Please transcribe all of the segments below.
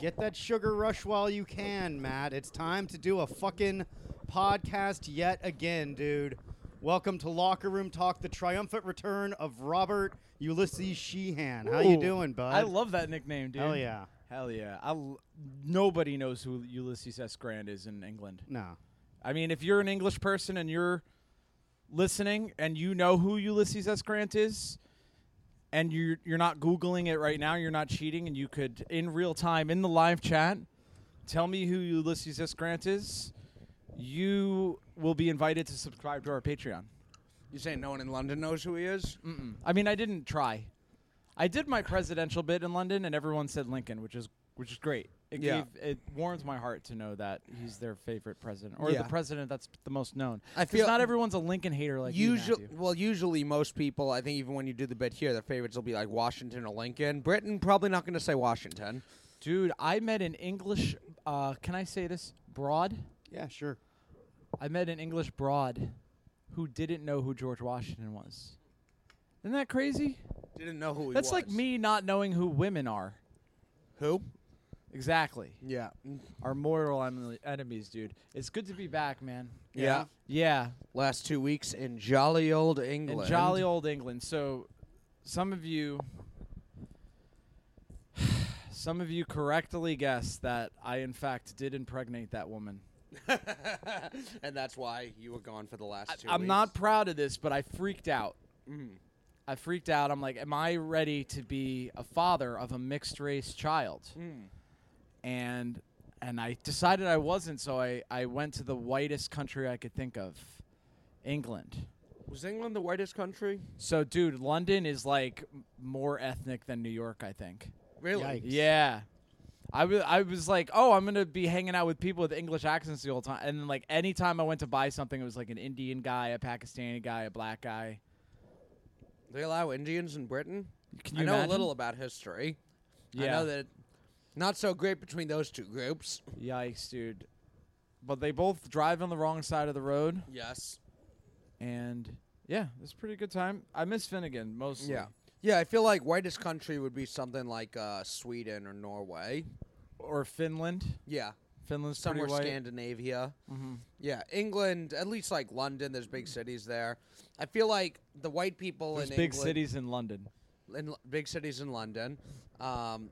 Get that sugar rush while you can, Matt. It's time to do a fucking podcast yet again, dude. Welcome to Locker Room Talk, the triumphant return of Robert Ulysses Sheehan. How you Ooh. doing, bud? I love that nickname, dude. Hell yeah. Hell yeah. I l- nobody knows who Ulysses S. Grant is in England. No. I mean, if you're an English person and you're listening and you know who Ulysses S. Grant is, and you're you're not googling it right now, you're not cheating, and you could in real time in the live chat tell me who Ulysses S. Grant is, you will be invited to subscribe to our Patreon. You saying no one in London knows who he is? Mm-mm. I mean, I didn't try. I did my presidential bid in London, and everyone said Lincoln, which is which is great. It Yeah. gave it warms my heart to know that he's their favorite president, or Yeah. the president that's the most known. I 'Cause feel- not everyone's a Lincoln hater like Usually, you, Matthew. well, usually most people, I think, even when you do the bit here, their favorites will be like Washington or Lincoln. Britain probably not going to say Washington. Dude, I met an English. Uh, can I say this? Broad. Yeah, sure. I met an English broad who didn't know who George Washington was. Isn't that crazy? Didn't know who he That's was. like me not knowing who women are. Who? Exactly. Yeah. Our mortal enemy- enemies, dude. It's good to be back, man. Yeah. Yeah, Last two weeks in jolly old England. in jolly old England. So, some of you, some of you correctly guessed that I, in fact, did impregnate that woman. and that's why you were gone for the last I, two I'm weeks. not proud of this, but I freaked out. Mm. I freaked out. I'm like, am I ready to be a father of a mixed race child? mm, And and I decided I wasn't, so I, I went to the whitest country I could think of, England. Was England the whitest country? So, dude, London is like m- more ethnic than New York, I think. Really? Yikes. Yeah. I wa- I was like, oh, I'm gonna be hanging out with people with English accents the whole time, and then like anytime I went to buy something, it was like an Indian guy, a Pakistani guy, a black guy. They allow Indians in Britain? Can I you know imagine? a little about history. I Yeah. know that not so great between those two groups. Yikes, dude. But they both drive on the wrong side of the road, Yes. and yeah, it's a pretty good time. I miss Finnegan mostly. Yeah. Yeah, I feel like whitest country would be something like uh, Sweden or Norway. Or Finland. Yeah, Finland's somewhere pretty white. Scandinavia. mm-hmm. Yeah, England, at least like London, there's big cities there. I feel like the white people There's in big England, cities in London. in L- big cities in London. Um,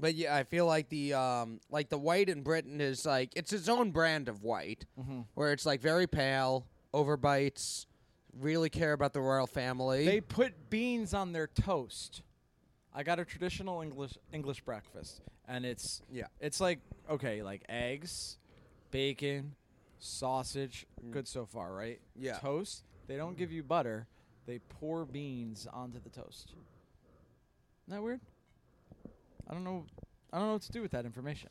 but yeah, I feel like the um, like the white in Britain is like it's its own brand of white, Mhm. where it's like very pale, overbites, really care about the royal family. They put beans on their toast. I got a traditional English English breakfast, and it's Yeah. it's like okay, like eggs, bacon, sausage. Good so far, right? Yeah. Toast. They don't give you butter. They pour beans onto the toast. Isn't that weird? I don't know. I don't know what to do with that information.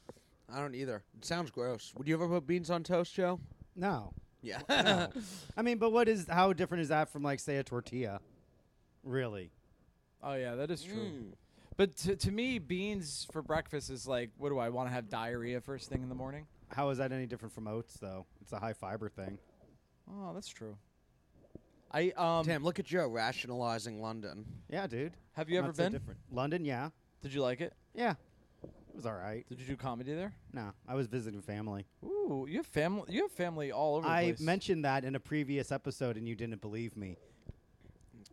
I don't either. It sounds gross. Would you ever put beans on toast, Joe? No. Yeah. No. I mean, but what is how different is that from like say a tortilla? Really? Oh yeah, that is true. Mm. But to, to me, beans for breakfast is like, what do I want to have diarrhea first thing in the morning? How is that any different from oats though? It's a high fiber thing. Oh, that's true. I um Damn, look at Joe rationalizing London. Yeah, dude. have you ever Not so been? different. London, yeah. Did you like it? Yeah. It was all right. Did you do comedy there? No, I was visiting family. Ooh, you have family. You have family all over. the I place. mentioned that in a previous episode, and you didn't believe me.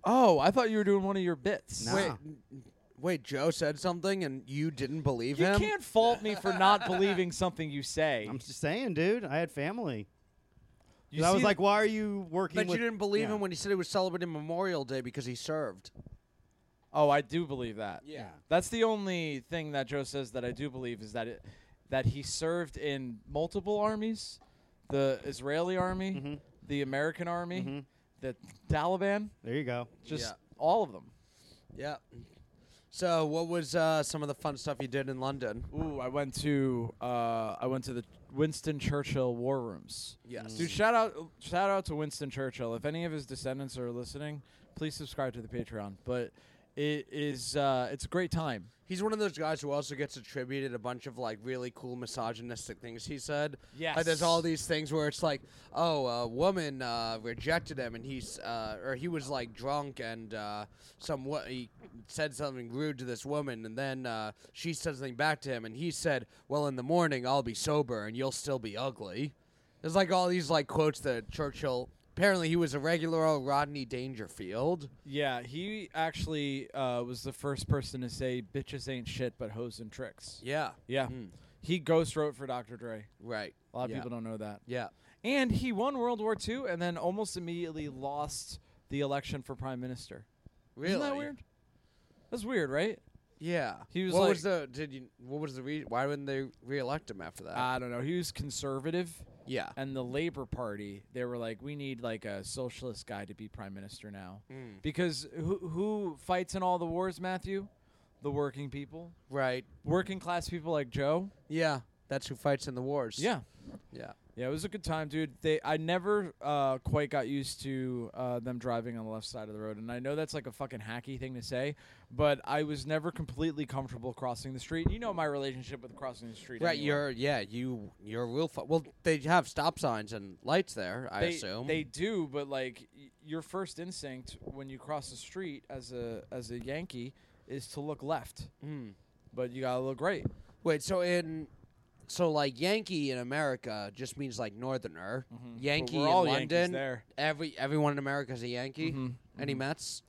Oh, I thought you were doing one of your bits. No. Wait, Ah. n- wait, Joe said something and you didn't believe you him? can't fault me for not believing something you say. I'm just saying, dude. I had family. You I see was the- like, "Why are you working?" But you with- didn't believe yeah. him when he said he was celebrating Memorial Day because he served. oh, I do believe that. Yeah. That's the only thing that Joe says that I do believe is that it, that he served in multiple armies, the Israeli army, Mhm. the American army, Mhm. the Taliban, There you go. just Yeah. all of them. Yeah. So, what was uh, some of the fun stuff you did in London? Ooh, I went to uh, I went to the Winston Churchill War Rooms. Yes. Dude, shout out shout out to Winston Churchill. If any of his descendants are listening, please subscribe to the Patreon. But It is. Uh, it's a great time. He's one of those guys who also gets attributed a bunch of like really cool misogynistic things he said. Like Yes. there's all these things where it's like, oh, a woman uh, rejected him, and he's uh, or he was like drunk, and uh, some wo- he said something rude to this woman, and then uh, she said something back to him, and he said, well, in the morning I'll be sober, and you'll still be ugly. There's like all these like quotes that Churchill. Apparently, he was a regular old Rodney Dangerfield. Yeah, he actually uh, was the first person to say "bitches ain't shit, but hoes and tricks." Yeah. Yeah, he ghost wrote for Dr. Dre. Hmm, Right. A lot of Yeah. people don't know that. Yeah. And he won World War II, and then almost immediately lost the election for prime minister. Really. Isn't that weird? That's weird, right? Yeah. He was What like- was the? Did you? What was the reason? Why wouldn't they reelect him after that? I don't know. He was conservative, yeah. and the Labor Party they were like, we need like a socialist guy to be prime minister now, Hmm. because who who fights in all the wars, Matthew? The working people, Right. working class people like Joe. Yeah. That's who fights in the wars. Yeah. Yeah. Yeah, it was a good time, dude. They I never uh, quite got used to uh, them driving on the left side of the road, and I know that's like a fucking hacky thing to say, but I was never completely comfortable crossing the street. You know my relationship with crossing the street. Right. anyway. You're. Yeah. You. You're real. Fu- well, they have stop signs and lights there. I they, assume. they do, but like y- your first instinct when you cross the street as a as a Yankee is to look left, Hmm. but you gotta look right. Wait. So in. So like Yankee in America just means like Northerner. Yankee But Mm-hmm. we're all in Yankees London. there. Mm-hmm. Every everyone in America is a Yankee. Any Mets?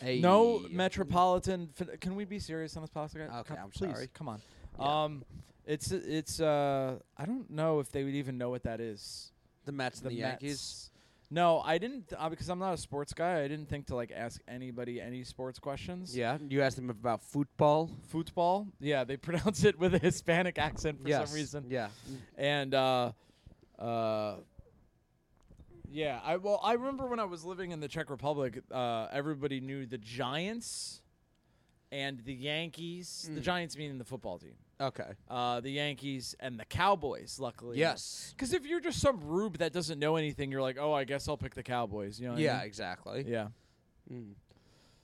Hey. No metropolitan. fin- Can we be serious on this podcast? Okay, Come- I'm please, sorry. Come on. Yeah. Um, it's it's uh, I don't know if they would even know what that is. The Mets and the, Yankees. Mets. No, I didn't uh, because I'm not a sports guy. I didn't think to like ask anybody any sports questions. Yeah. You asked them about football. Football. Yeah, they pronounce it with a Hispanic accent for Yes. some reason. Yeah. And uh, uh, yeah. I well, I remember when I was living in the Czech Republic, uh, everybody knew the Giants and the Yankees. Mm. The Giants meaning the football team. Okay. Uh, the Yankees and the Cowboys. Luckily, Yes. Because if you're just some rube that doesn't know anything, you're like, oh, I guess I'll pick the Cowboys. You know? What Yeah, I mean? exactly. Yeah.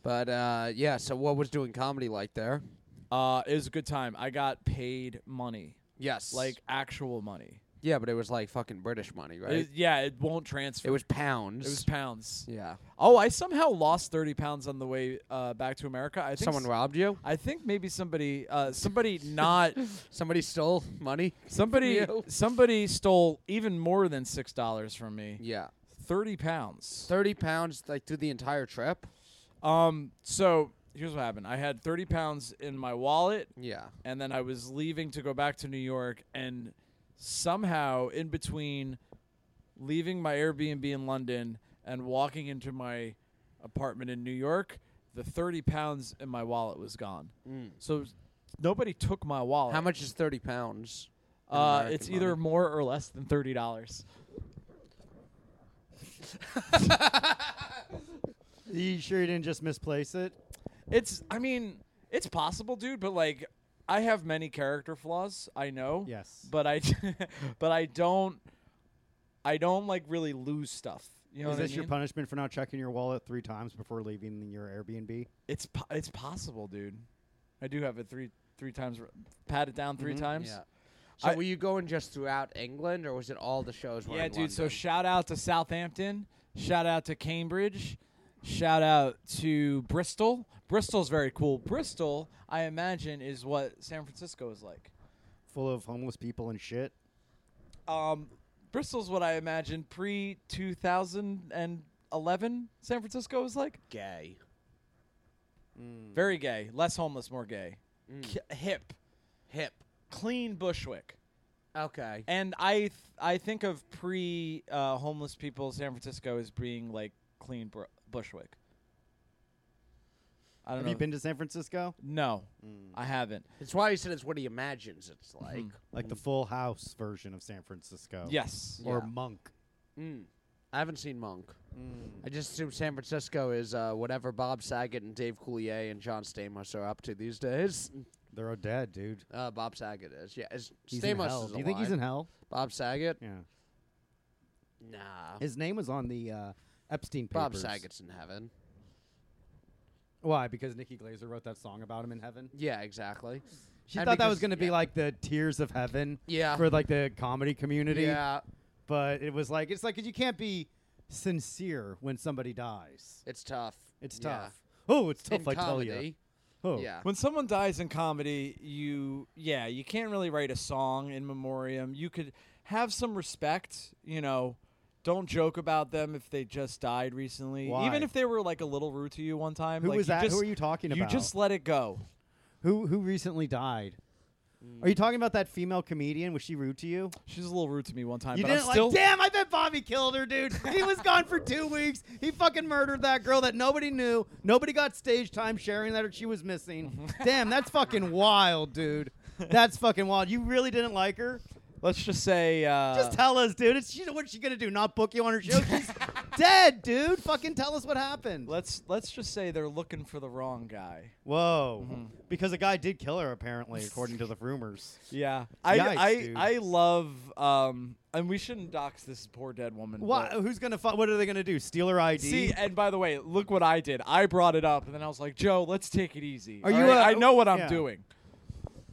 But uh, yeah, so what was doing comedy like there? Uh, it was a good time. I got paid money, Yes. like actual money. yeah, but it was like fucking British money, right? It- yeah, it won't transfer. It was pounds. It was pounds. yeah. Oh, I somehow lost thirty pounds on the way uh, back to America. I think Someone s- robbed you? I think maybe somebody, uh, somebody not, Somebody stole money? somebody, You. somebody stole even more than six dollars from me. Yeah. Thirty pounds. 30 pounds like through the entire trip? Um. So here's what happened. I had thirty pounds in my wallet, Yeah. and then I was leaving to go back to New York, and somehow in between leaving my Airbnb in London and walking into my apartment in New York, the 30 pounds in my wallet was gone. So nobody took my wallet. How much is 30 pounds? in Uh, American it's either money? more or less than $30. You sure you didn't just misplace it? It's, I mean, it's possible, dude, but like, I have many character flaws. I know. Yes. But I, but I don't, I don't like really lose stuff. You know Is what I this your mean? punishment for not checking your wallet three times before leaving your Airbnb? It's po- it's possible, dude. I do have it three three times, r- pat it down Mm-hmm. 3 times. Yeah. So I- were you going just throughout England or was it all the shows were Yeah, in dude. So London? shout out to Southampton. Shout out to Cambridge. Shout out to Bristol. Bristol's very cool. Bristol, I imagine, is what San Francisco is like. Full of homeless people and shit. Um, Bristol's what I imagine pre 2011 San Francisco is like. gay. Hmm. Very gay, less homeless, more gay, K- hip, Hip. clean Bushwick. Okay. And I th- I think of pre uh, homeless people San Francisco as being like clean br- Bushwick. I don't Have know. you Hmm. been to San Francisco? no, I haven't. It's why he said it's what he imagines it's Mm-hmm. like. Like the Full House version of San Francisco. Mm. Yes. Or Yeah. Monk. Mm. I haven't seen Monk. Mm. I just assume San Francisco is uh, whatever Bob Saget and Dave Coulier and John Stamos are up to these days. They're all dead, dude. Uh, Bob Saget is, yeah. Is, He's Stamos in hell. is Do you think he's in alive. hell? Bob Saget? Yeah. Nah. His name was on the uh, Epstein Bob papers. Saget's in heaven. Why? Because Nikki Glazer wrote that song about him in heaven. Yeah, exactly. She And thought that was because- going to be yeah. like the tears of heaven Yeah. for like the comedy community. Yeah, But it was like it's like 'cause you can't be sincere when somebody dies. it's tough. It's Yeah. tough. Oh, it's tough. In I tell you. comedy, Oh, Yeah. When someone dies in comedy, you yeah, you can't really write a song in memoriam. You could have some respect, you know. Don't joke about them if they just died recently. Why? Even if they were like a little rude to you one time. Who like, was you that? Just, who are you talking You about? just let it go. who who recently died? Are you Mm. talking about that female comedian? Was she rude to you? She's a little rude to me one time, You but didn't I'm still like. Damn, I bet Bobby killed her, dude. He was gone for two weeks. He fucking murdered that girl that nobody knew. Nobody got stage time sharing that she was missing. Damn, that's fucking wild, dude. That's fucking wild. You really didn't like her? let's just say uh Just tell us, dude. It's, she's, what's she gonna do? Not book you on her show? She's dead, dude. Fucking tell us what happened. let's let's just say they're looking for the wrong guy. Whoa. Mm-hmm. Because a guy did kill her, apparently, according to the rumors. Yeah. I Yikes, I dude. I love um and we shouldn't dox this poor dead woman. Why? but- Who's gonna? Fu- what are they gonna do? Steal her ID? See, and by the way, look what I did. I brought it up, and then I was like, "Joe, let's take it easy." Are all you, right? uh, I know what I'm yeah. doing.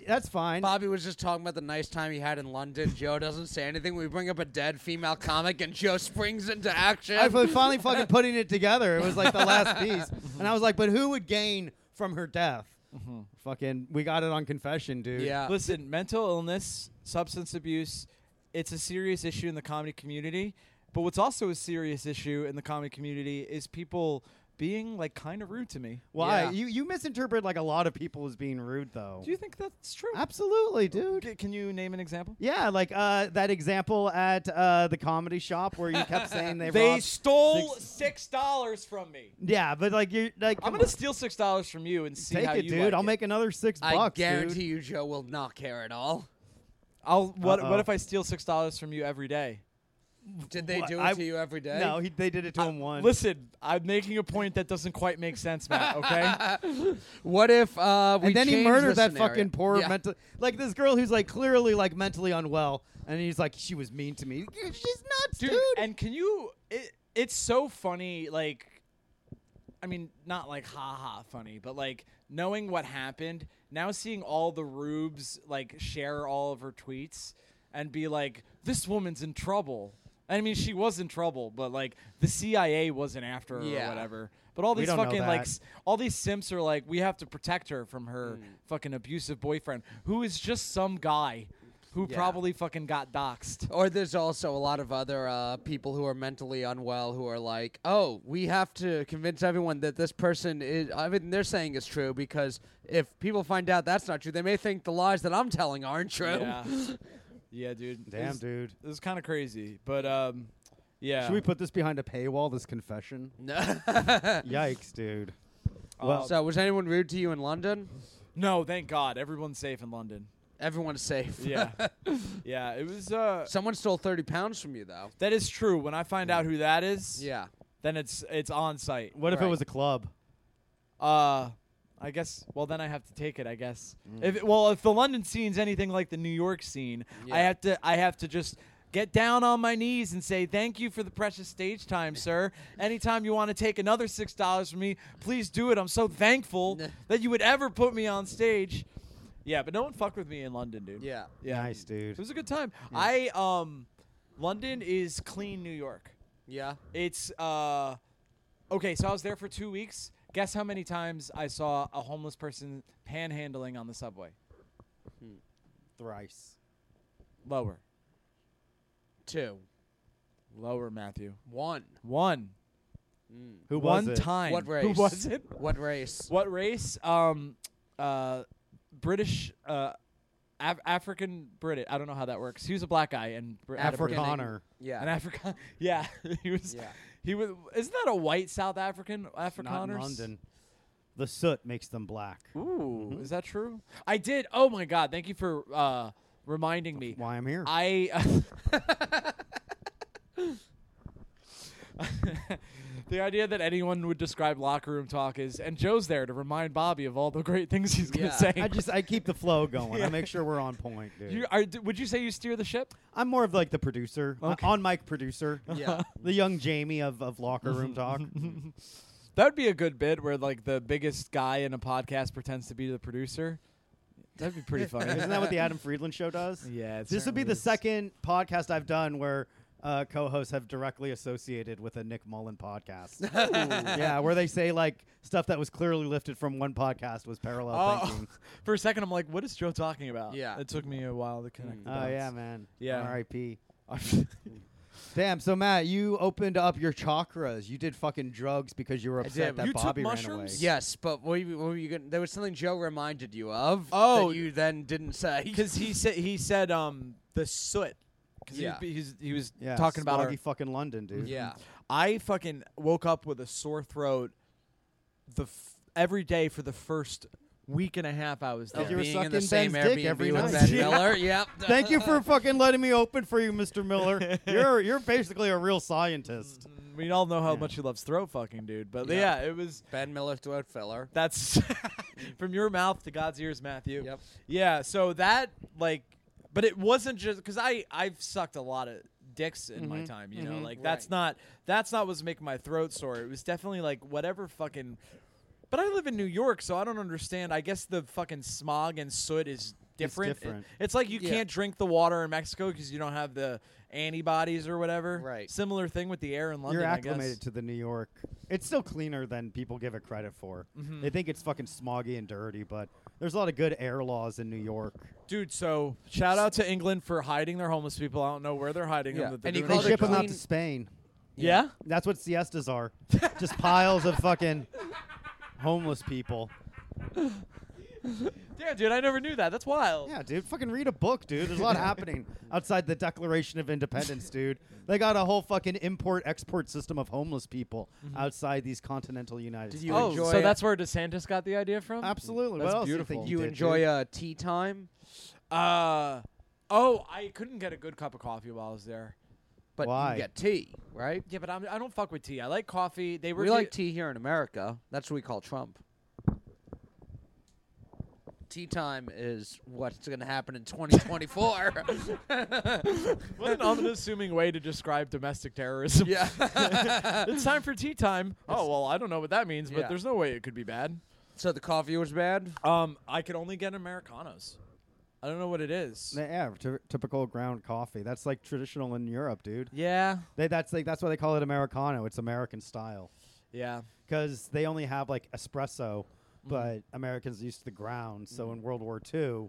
That's fine. Bobby was just talking about the nice time he had in London. Joe doesn't say anything. We bring up a dead female comic, and Joe springs into action. I was finally fucking putting it together. It was like the last piece, and I was like, "But who would gain from her death?" Mm-hmm. Fucking, we got it on confession, dude. yeah, Listen, mental illness, substance abuse, it's a serious issue in the comedy community. But what's also a serious issue in the comedy community is people being like kind of rude to me. Why? Yeah. You you misinterpret like a lot of people as being rude, though. Do you think that's true? Absolutely, dude. C- Can you name an example? Yeah, like uh, that example at uh, the comedy shop where you kept saying they, robbed. stole six dollars from me. yeah, but like you like I'm come gonna on, steal six dollars from you and see take how it, you dude. like I'll it. make another six I bucks, guarantee dude. you, Joe will not care at all. I'll what? Uh-oh. What if I steal six dollars from you every day? Did they What? do it I- to you every day? No, he, they did it to him once. eh? Listen, I'm making a point that doesn't quite make sense, Matt. Okay, What if uh, we and then he change the murdered that scenario? fucking poor Yeah. mental like this girl who's like clearly like mentally unwell and he's like she was mean to me she's nuts dude, And can you? It, it's so funny. Like, I mean, not like haha funny, but like knowing what happened. Now seeing all the rubes like share all of her tweets and be like, "This woman's in trouble." I mean, she was in trouble, but like the CIA wasn't after her Yeah. or whatever. But all We these don't know fucking like that. Mm. s- all these simps are like, we have to protect her from her fucking abusive boyfriend, who is just some guy who Yeah. probably fucking got doxxed. Or there's also a lot of other uh, people who are mentally unwell who are like, oh, we have to convince everyone that this person is, everything they're saying is true because if people find out that's not true, they may think the lies that I'm telling aren't true. Yeah. yeah, dude. damn This- dude This is kind of crazy, but um, yeah. should we put this behind a paywall this confession No. yikes dude well so, was anyone rude to you in London? Uh, no, thank God, everyone's safe in London. Everyone's safe. Yeah, yeah. It was. Uh, Someone stole 30 pounds from you, though. that is true. When I find out who that is, Yeah. then it's it's on site. what if it right. was a club Uh, I guess. Well, then I have to take it. I guess. Mm. If it- well, if the London scene's anything like the New York scene, I Yeah. have to. I have to just. Get down on my knees and say thank you for the precious stage time, sir. Anytime you want to take another six dollars from me, please do it. I'm so thankful that you would ever put me on stage. Yeah, but no one fucked with me in London, dude. Yeah. yeah. nice It dude was a good time. I um, London is clean New York. Yeah. It's uh okay, so I was there for 2 weeks. Guess how many times I saw a homeless person panhandling on the subway? thrice Lower. Two. Lower, Matthew. One. Mm. One. who One was it? time. What race? Who was it? What race? What race? Um uh British uh Af- African British. I don't know how that works. He was a black guy and Br- had a British- Afrikaner. Yeah. An African. Yeah. he was Yeah. He was isn't that a white South African Afrikaners? not in london the soot makes them black Ooh, Hmm? is that true? I did. Oh my god, thank you for uh, reminding me. why i'm here I Mm-hmm. The idea that anyone would describe locker room talk is and Joe's there to remind Bobby of all the great things he's going Yeah. to say. I just I keep the flow going. I make sure we're on point, dude. you are d- would you say you steer the ship? I'm more of like the producer, Okay. on mic producer. Yeah. the young Jamie of, of locker room talk. That would be a good bit where like the biggest guy in a podcast pretends to be the producer. That'd be pretty funny. Isn't that what the Adam Friedland show does? yeah, it This would be certainly the is. second podcast I've done where uh, co-hosts have directly associated with a Nick Mullen podcast. yeah, where they say like stuff that was clearly lifted from one podcast was parallel Oh, thinking. for a second, I'm like, what is Joe talking about? Yeah. it took me a while to connect. the Oh yeah, dots. man. Yeah. R.I.P. Damn. So Matt, you opened up your chakras. You did fucking drugs because you were did, upset but that you took Bobby ran away. mushrooms? Yes, but what you, what were you gonna, there was something Joe reminded you of Oh. that you then didn't say. because he said he said um the soot. 'Cause Yeah. he, was- he was Yeah. talking about our- Smoggy fucking London, dude. Yeah. I fucking woke up with a sore throat the f- every day for the first week and a half I was Like there. you were being in the sucking same Ben's dick Airbnb every with night. Ben Yeah. Miller. Yep. Thank you for fucking letting me open for you, Mr. Miller. You're you're basically a real scientist. we all know how Yeah. much he loves throat fucking, dude. But Yeah. yeah, it was Ben Miller throat filler. that's from your mouth to God's ears, Matthew. Yep. Yeah, so that like, but it wasn't just because I I've sucked a lot of dicks in my time. You know, like that's Right. not that's not what's making my throat sore. It was definitely like whatever fucking. But I live in New York, so I don't understand. I guess the fucking smog and soot is different. It- different. it's like you Yeah. can't drink the water in Mexico because you don't have the antibodies or whatever. Right. Similar thing with the air in London. You're I guess. acclimated to the New York. It's still cleaner than people give it credit for. Mm-hmm. They think it's fucking smoggy and dirty, but there's a lot of good air laws in New York. Dude, so shout out to England for hiding their homeless people. I don't know where they're hiding Yeah. them. that they're And you doing They call that it ship them out clean- to Spain. Yeah. That's what siestas are. Just piles of fucking homeless people. Yeah, dude, I never knew that. That's wild. Yeah, dude, fucking read a book, dude. There's a lot happening outside the Declaration of Independence, dude. They got a whole fucking import-export system of homeless people Mm-hmm. outside these continental United Did States. you oh, enjoy so it? that's where DeSantis got the idea from? Absolutely. That's what else do beautiful. you think You did, enjoy dude? uh, tea time, Uh, oh, I couldn't get a good cup of coffee while I was there. but Why? you get tea, right? Yeah, but I'm, I don't fuck with tea. I like coffee. They were We like tea here in America. That's what we call Trump. Tea time is what's going to happen in 2024. What an unassuming way to describe domestic terrorism. yeah. it's time for tea time. Oh well, I don't know what that means, but Yeah. there's no way it could be bad. so the coffee was bad. Um, I could only get americanos. I don't know what it is. Yeah, ty- typical ground coffee. That's like traditional in Europe, dude. Yeah, They, that's like that's why they call it americano. It's American style yeah. because they only have like espresso, but Americans used to the ground. So in World War II,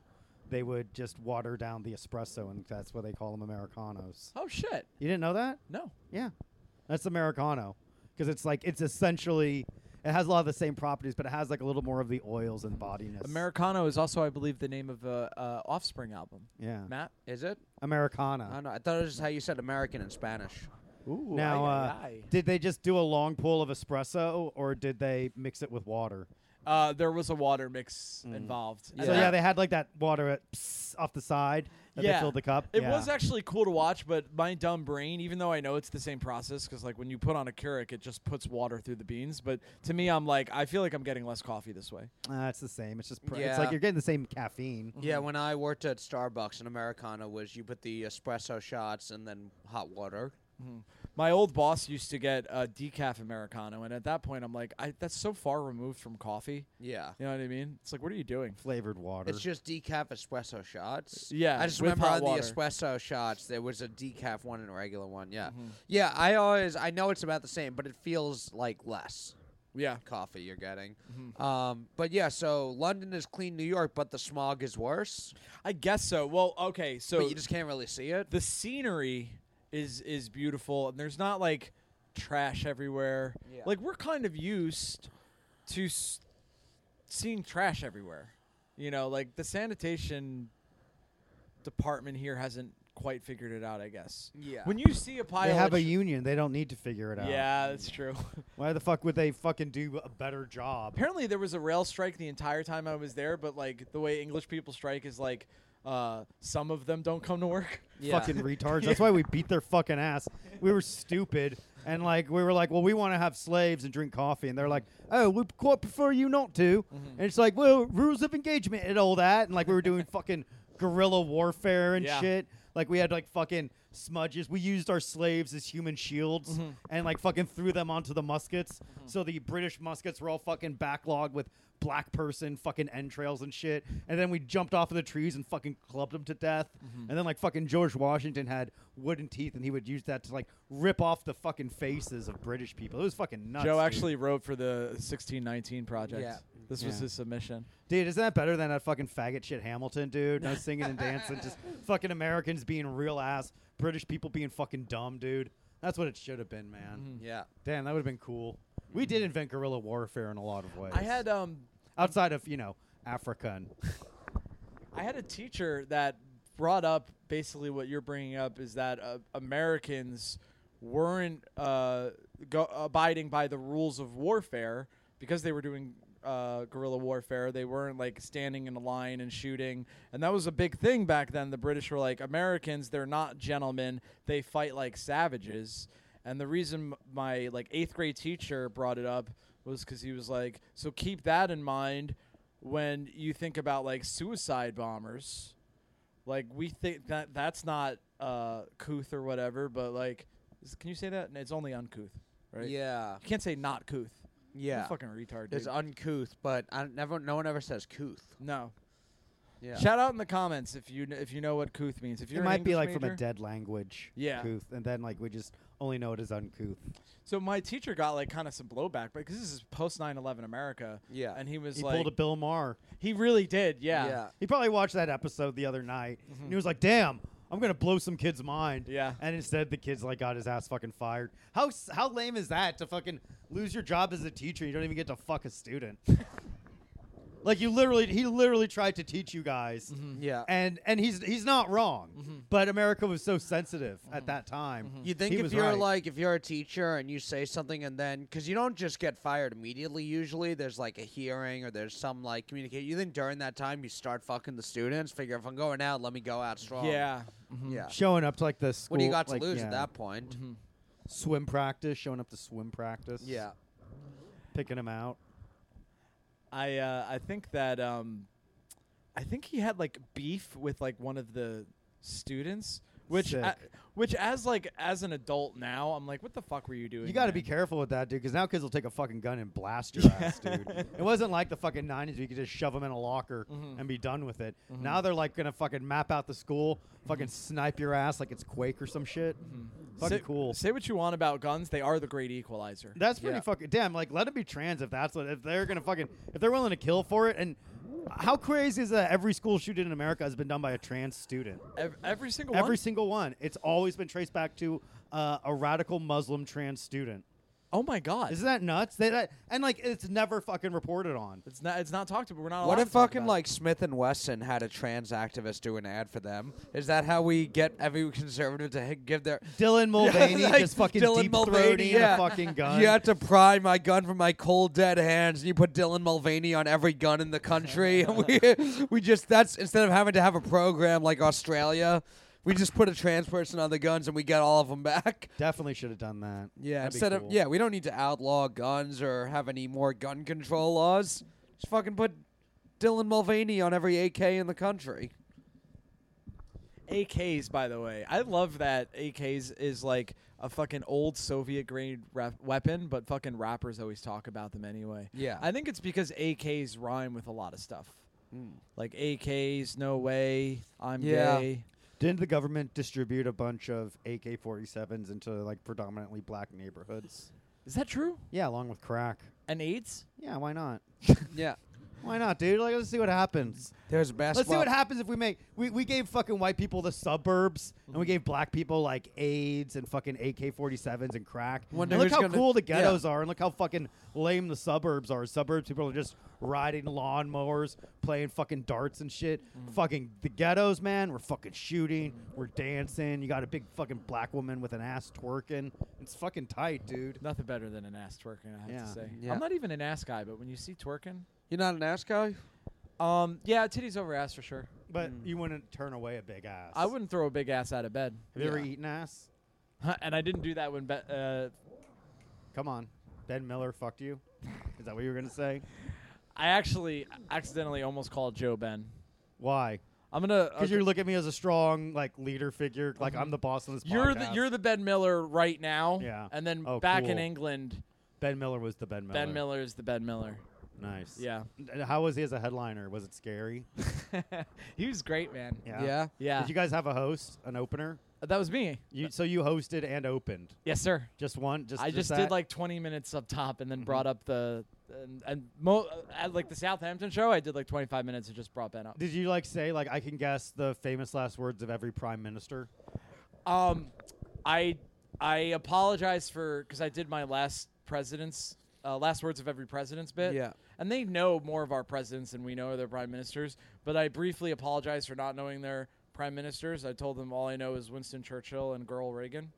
they would just water down the espresso, and that's why they call them americanos. Oh shit. You didn't know that? No. Yeah, that's americano because it's like it's essentially it has a lot of the same properties, but it has like a little more of the oils and bodiness. Americano is also, I believe, the name of a uh, Offspring album. yeah, Matt. Is it? I americana. don't know. I thought it was just how you said American in Spanish. Ooh. Now, uh, did they just do a long pull of espresso, or did they mix it with water? Uh, there was a water mix Mm. involved. So Yeah. yeah, they had like that water at, pss, off the side that Yeah. they filled the cup. It Yeah. was actually cool to watch, but my dumb brain, even though I know it's the same process, because like when you put on a Keurig, it just puts water through the beans. But to me, I'm like, I feel like I'm getting less coffee this way. Uh, it's the same. It's just pr- it's like Yeah. you're getting the same caffeine. Yeah, when I worked at Starbucks, an Americano was you put the espresso shots and then hot water. My old boss used to get a decaf americano, and at that point, I'm like, I, that's so far removed from coffee. Yeah. You know what I mean? It's like, what are you doing? Flavored water. It's just decaf espresso shots. Yeah, I just with remember hot on water. the espresso shots there was a decaf one and a regular one. Yeah, yeah. I always I know it's about the same, but it feels like less Yeah. coffee you're getting. Um, but yeah, so London is clean New York, but the smog is worse. I guess so. Well, okay. So but you just can't really see it. the scenery is is beautiful and there's not like trash everywhere Yeah. like we're kind of used to s- seeing trash everywhere you know like the sanitation department here hasn't quite figured it out i guess Yeah. when you see a pile they have of a tr- union. They don't need to figure it out. yeah that's true Why the fuck would they fucking do a better job? apparently there was a rail strike the entire time i was there but like the way english people strike is like uh, some of them don't come to work Yeah. Fucking retards. That's why we beat their fucking ass. We were stupid. And like we were like, well, we want to have slaves and drink coffee, and they're like, oh, we quite prefer you not to. And it's like, well, rules of engagement and all that, and like we were doing fucking guerrilla warfare and Yeah. shit. Like we had like fucking smudges. We used our slaves as human shields Mm-hmm. and like fucking threw them onto the muskets. So the British muskets were all fucking backlogged with black person fucking entrails and shit. And then we jumped off of the trees and fucking clubbed them to death. Mm-hmm. And then like fucking George Washington had wooden teeth and he would use that to like rip off the fucking faces of British people. It was fucking nuts. Joe dude. actually wrote for the 1619 project. Yeah. This was Yeah. his submission. Dude, isn't that better than that fucking faggot shit Hamilton, dude? No singing and dancing, just fucking Americans being real ass, British people being fucking dumb, dude. That's what it should have been, man. Mm-hmm. Yeah. Damn, that would have been cool. We did invent guerrilla warfare in a lot of ways. I had um outside of you know Africa and I had a teacher that brought up basically what you're bringing up is that uh, Americans weren't uh, go- abiding by the rules of warfare because they were doing uh, guerrilla warfare. They weren't like standing in a line and shooting, and that was a big thing back then. The British were like Americans; they're not gentlemen. They fight like savages. And the reason m- my like eighth grade teacher brought it up was because he was like, "So keep that in mind." when you think about like suicide bombers like we think that that's not uh couth or whatever but like is, can you say that No, it's only uncouth right Yeah. you can't say not couth You Yeah. fucking retard It's dude. uncouth, but I don't- never. No one ever says couth. no Yeah. shout out in the comments if you kn- if you know what couth means if it you're an might be English like from a major- dead language, Yeah. couth, and then like we just only know it as uncouth. so my teacher got like kind of some blowback because this is post 9-11 america Yeah. and he was He like pulled a Bill Maher. he really did yeah Yeah. He probably watched that episode the other night, and Mm-hmm. he was like, "Damn, I'm gonna blow some kid's mind." Yeah. And instead, the kid's like got his ass fucking fired. How s- how lame is that to fucking lose your job as a teacher? And you don't even get to fuck a student. like you literally, he literally tried to teach you guys, Yeah. and and he's he's not wrong. But America was so sensitive at that time. You think He if was you're right. like if you're a teacher and you say something and then because you don't just get fired immediately usually there's like a hearing or there's some like communication you think during that time you start fucking the students figure if I'm going out let me go out strong yeah Mm-hmm. yeah showing up to like the school, what do you got to like, lose yeah, at that point swim practice? Showing up to swim practice, yeah picking him out. I uh, I think that um, I think he had like beef with like one of the students, which Sick. I- which as like as an adult now, I'm like, what the fuck were you doing? You got to be man? careful with that, dude, because now kids will take a fucking gun and blast your ass, dude. It wasn't like the fucking 90s where you could just shove them in a locker Mm-hmm. and be done with it. Now they're like going to fucking map out the school, fucking Mm-hmm. snipe your ass like it's Quake or some shit. Fucking Say, cool. Say what you want about guns, they are the great equalizer. That's pretty Yeah. fucking damn. Like, let it be trans if that's what if they're gonna fucking if they're willing to kill for it. And how crazy is that? Every school shooting in America has been done by a trans student. Ev- every single Every one. single one. It's always been traced back to uh, a radical Muslim trans student. oh my god, Isn't that nuts? They, that, and like it's never fucking reported on. it's not it's not talked about. We're not. what allowed if to talk fucking Oh, about it. like Smith and Wesson had a trans activist do an ad for them is that how we get every conservative to h- give their Dylan Mulvaney like just fucking Dylan deep Mulvaney, throating yeah. a fucking gun. You had to pry my gun from my cold dead hands. and You put Dylan Mulvaney on every gun in the country. and we we just that's instead of having to have a program like Australia, we just put a trans person on the guns and we get all of them back. Definitely should have done that. Yeah, That'd be instead of cool. yeah, we don't need to outlaw guns or have any more gun control laws. Just fucking put Dylan Mulvaney on every AK in the country. AKs, by the way, I love that AKs is like a fucking old Soviet grade rap- weapon, but fucking rappers always talk about them anyway. Yeah. I think it's because AKs rhyme with a lot of stuff, like AKs, no way, I'm Yeah. gay. Didn't the government distribute a bunch of AK-47s into like predominantly black neighborhoods? Is that true? Yeah, along with crack. And AIDS? Yeah, why not? Yeah. Why not, dude? Like, let's see what happens. There's basketball. Let's see what happens if we make we, we gave fucking white people the suburbs and we gave black people like AIDS and fucking AK 47s and crack. Wonder and look who's how gonna- cool the yeah. ghettos are and look how fucking lame the suburbs are. Suburbs people are just riding lawnmowers, playing fucking darts and shit. Mm. Fucking the ghettos, man. We're fucking shooting. We're dancing. You got a big fucking black woman with an ass twerking. It's fucking tight, dude. Nothing better than an ass twerking, I have Yeah. to say. Yeah. I'm not even an ass guy, but when you see twerking, You're not an ass guy? um, yeah, titties over ass for sure. But Mm. you wouldn't turn away a big ass. I wouldn't throw a big ass out of bed, Have you ever yeah. eaten ass? and I didn't do that when be- uh, Come on. Ben Miller fucked you. Is that what you were gonna say? I actually accidentally almost called Joe Ben. Why? I'm Because gonna Uh, okay. Uh-huh. you look at me as a strong like leader figure, like I'm the boss on this. You're the podcast. you're the Ben Miller right now. Yeah. And then Oh, back in cool. England, Ben Miller was the Ben Miller. Ben Miller is the Ben Miller. Nice. Yeah. And How was he as a headliner? Was it scary? he was great, man. Yeah. Yeah. Did you guys have a host, an opener? that was me. You so you hosted and opened. Yes, sir. Just one. Just I just that? Mm-hmm. did like 20 minutes up top and then brought up the and, and mo- at like the Southampton show. I did like 25 minutes and just brought Ben up. Did you like say like I can guess the famous last words of every prime minister? Um, I I apologize for because I did my last president's uh, last words of every president's bit. Yeah. and they know more of our presidents than we know of their prime ministers. But I briefly apologize for not knowing their prime ministers. I told them all I know is Winston Churchill and Girl Reagan,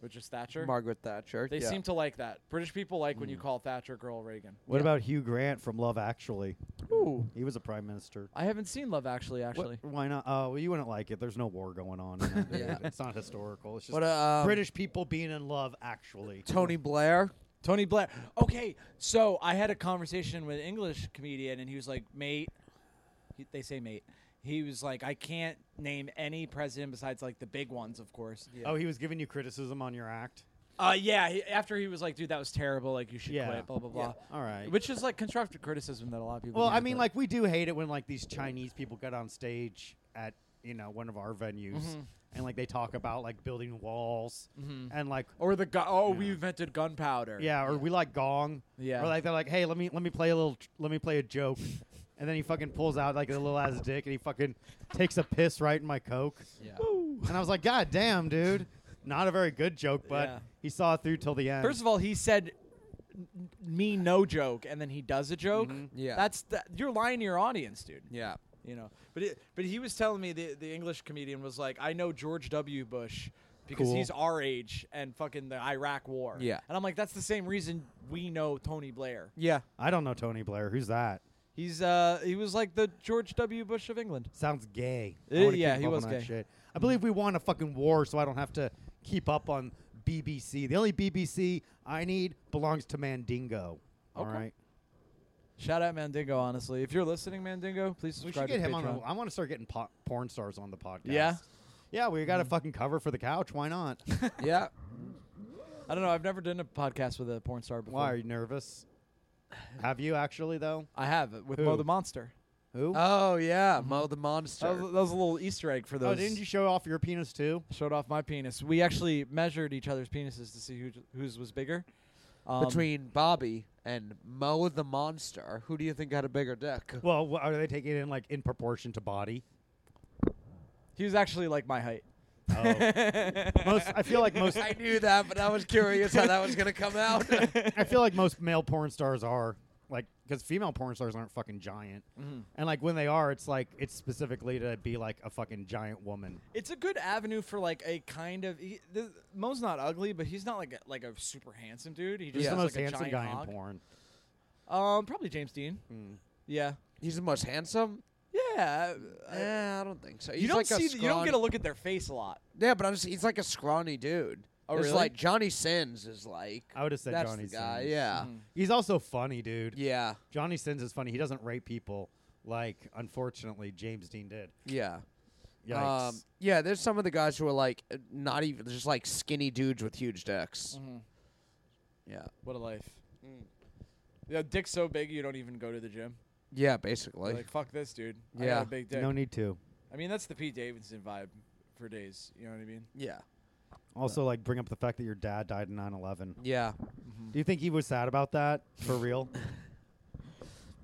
which is Thatcher. Margaret Thatcher. they yeah. Mm. seem to like that. British people like when you call Thatcher Girl Reagan. What about Hugh Grant from Love Actually? Ooh, He was a prime minister. I haven't seen Love Actually. What- Actually, why not? Oh, well, you wouldn't like it. There's no war going on. in it, dude. Yeah. It's not historical. It's just What, um, British people being in love, actually. Tony Blair. Tony Blair. Okay, so I had a conversation with an English comedian, and he was like, "Mate," he, they say "mate." He was like, "I can't name any president besides like the big ones, of course." Yeah. Oh, he was giving you criticism on your act? Uh, yeah. He, after he was like, "Dude, that was terrible. Like, you should Yeah. quit." Blah blah blah. All right. Which is like constructive criticism that a lot of people. well, do, I mean, but- like, we do hate it when, like, these Chinese people get on stage at, you know, one of our venues Mm-hmm. and, like, they talk about, like, building walls and, like, or the gu- oh, we Yeah. invented gunpowder. Yeah, or we like Gong. Yeah. Or like they're like, hey, let me let me play a little, tr- let me play a joke, and then he fucking pulls out like a little ass dick and he fucking takes a piss right in my coke. Yeah. And I was like, god damn, dude, not a very good joke, but Yeah. he saw it through till the end. First of all, he said n- n- me no joke, and then he does a joke. Mm-hmm. Yeah. That's th- you're lying to your audience, dude. Yeah. you know. But it, but he was telling me the the English comedian was like, I know George W. Bush because Cool. he's our age and fucking the Iraq War. Yeah. and I'm like, that's the same reason we know Tony Blair. Yeah. I don't know Tony Blair. Who's that? He's uh he was like the George W. Bush of England. Sounds gay. I Uh, wanna keep yeah, he up on was that gay. Shit. I believe we won a fucking war, so I don't have to keep up on BBC. The only BBC I need belongs to Mandingo. All Okay. right. Shout out Mandingo, honestly. If you're listening, Mandingo, please We subscribe should get to him on. Patreon. The, I want to start getting po- porn stars on the podcast. Yeah? Mm. yeah, we got a fucking cover for the couch. Why not? Yeah. I don't know. I've never done a podcast with a porn star before. Why are you nervous? Have you actually though? I have uh, with Who? Mo the Monster. Who? Uh, Oh yeah. Mo the Monster. That was, that was a little Easter egg for oh, those. didn't you show off your penis too? Showed off my penis. We actually measured each other's penises to see who, whose was bigger. Um, Between Bobby and Mo the Monster, who do you think had a bigger dick? Well, wh- are they taking it in like in proportion to body? He was actually like my height. Oh. most, I feel like most. I knew that, but I was curious how that was gonna come out. I feel like most male porn stars are like because female porn stars aren't fucking giant, Mm-hmm. and like when they are, it's like it's specifically to be like a fucking giant woman. It's a good avenue for like a kind of he, th Mo's not ugly, but he's not like a, like a super handsome dude. He just He's Yeah. the most looks like a handsome giant guy hog. in porn. Um, probably James Dean. Hmm. Yeah, He's the most handsome. yeah. I- Eh, I don't think so. He's you don't like see a th- you don't get a scrawny- look at their face a lot. Yeah, but I'm just, he's like a scrawny dude. Oh, it's really? like Johnny Sins is like. I would have said that's Johnny the guy. Sins. Yeah. Mm-hmm. He's also funny, dude. Yeah. Johnny Sins is funny. He doesn't rape people like, unfortunately, James Dean did. Yeah. Yikes. Um, yeah, there's some of the guys who are like uh, not even just like skinny dudes with huge dicks. Mm. Mm-hmm. Yeah. What a life. Hmm. Yeah, dick's so big you don't even go to the gym. Yeah, You're basically. like fuck this dude. I got Yeah. a big dick. no need to. I mean that's the Pete Davidson vibe for days. You know what I mean? yeah. Also, like, bring up the fact that your dad died in 9 11. Yeah. uh, Do you think he was sad about that? For real?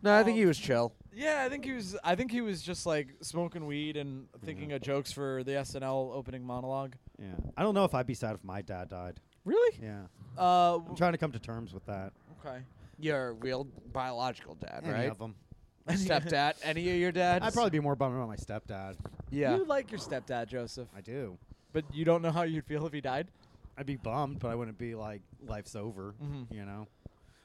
No, I think he was chill. Yeah, I think he was. I think he was just like smoking weed and thinking of jokes for the SNL opening monologue. yeah. I don't know if I'd be sad if my dad died. Really? Yeah. Uh, I'm w- trying to come to terms with that. okay. Your real biological dad, Any right? of them. Stepdad. Any of your dads? I'd probably be more bummed about my stepdad. Yeah. You like your stepdad, Joseph, I do. but you don't know how you'd feel if he died. I'd be bummed, but I wouldn't be like, life's over, Mm-hmm. you know?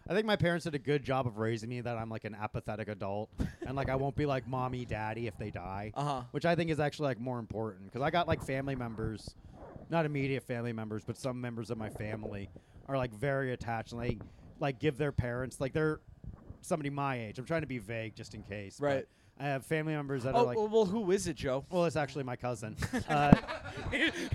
I think my parents did a good job of raising me that I'm like an apathetic adult and like I won't be like mommy, daddy if they die. Uh huh. which I think is actually like more important because I got like family members, not immediate family members, but some members of my family are like very attached and they like give their parents like they're somebody my age. I'm trying to be vague just in case, but Right. I have family members that Oh are like, well, well, who is it, Joe? well, it's actually my cousin. Uh,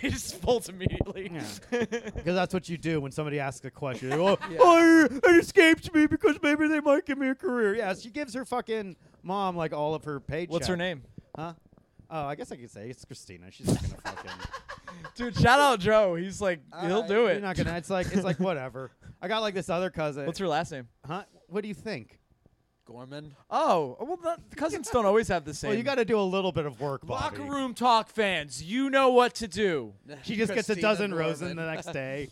he just folds immediately. Because that's what you do when somebody asks a question. You're like, oh, I- it escaped me because maybe they might give me a career. Yeah, she gives her fucking mom like all of her paycheck. What's her name? Huh? Oh, I guess I could say it's Christina. She's not gonna fucking. Uh, Dude, shout out Joe. He's like, he'll do it. You're not gonna. It's like it's like whatever. I got like this other cousin. What's her last name? Huh? What do you think? Gorman. Oh, well, the cousins don't always have the same. Well, you got to do a little bit of work, Bobby. locker room talk fans. You know what to do. She just gets a Christina dozen roses Gorman. the next day.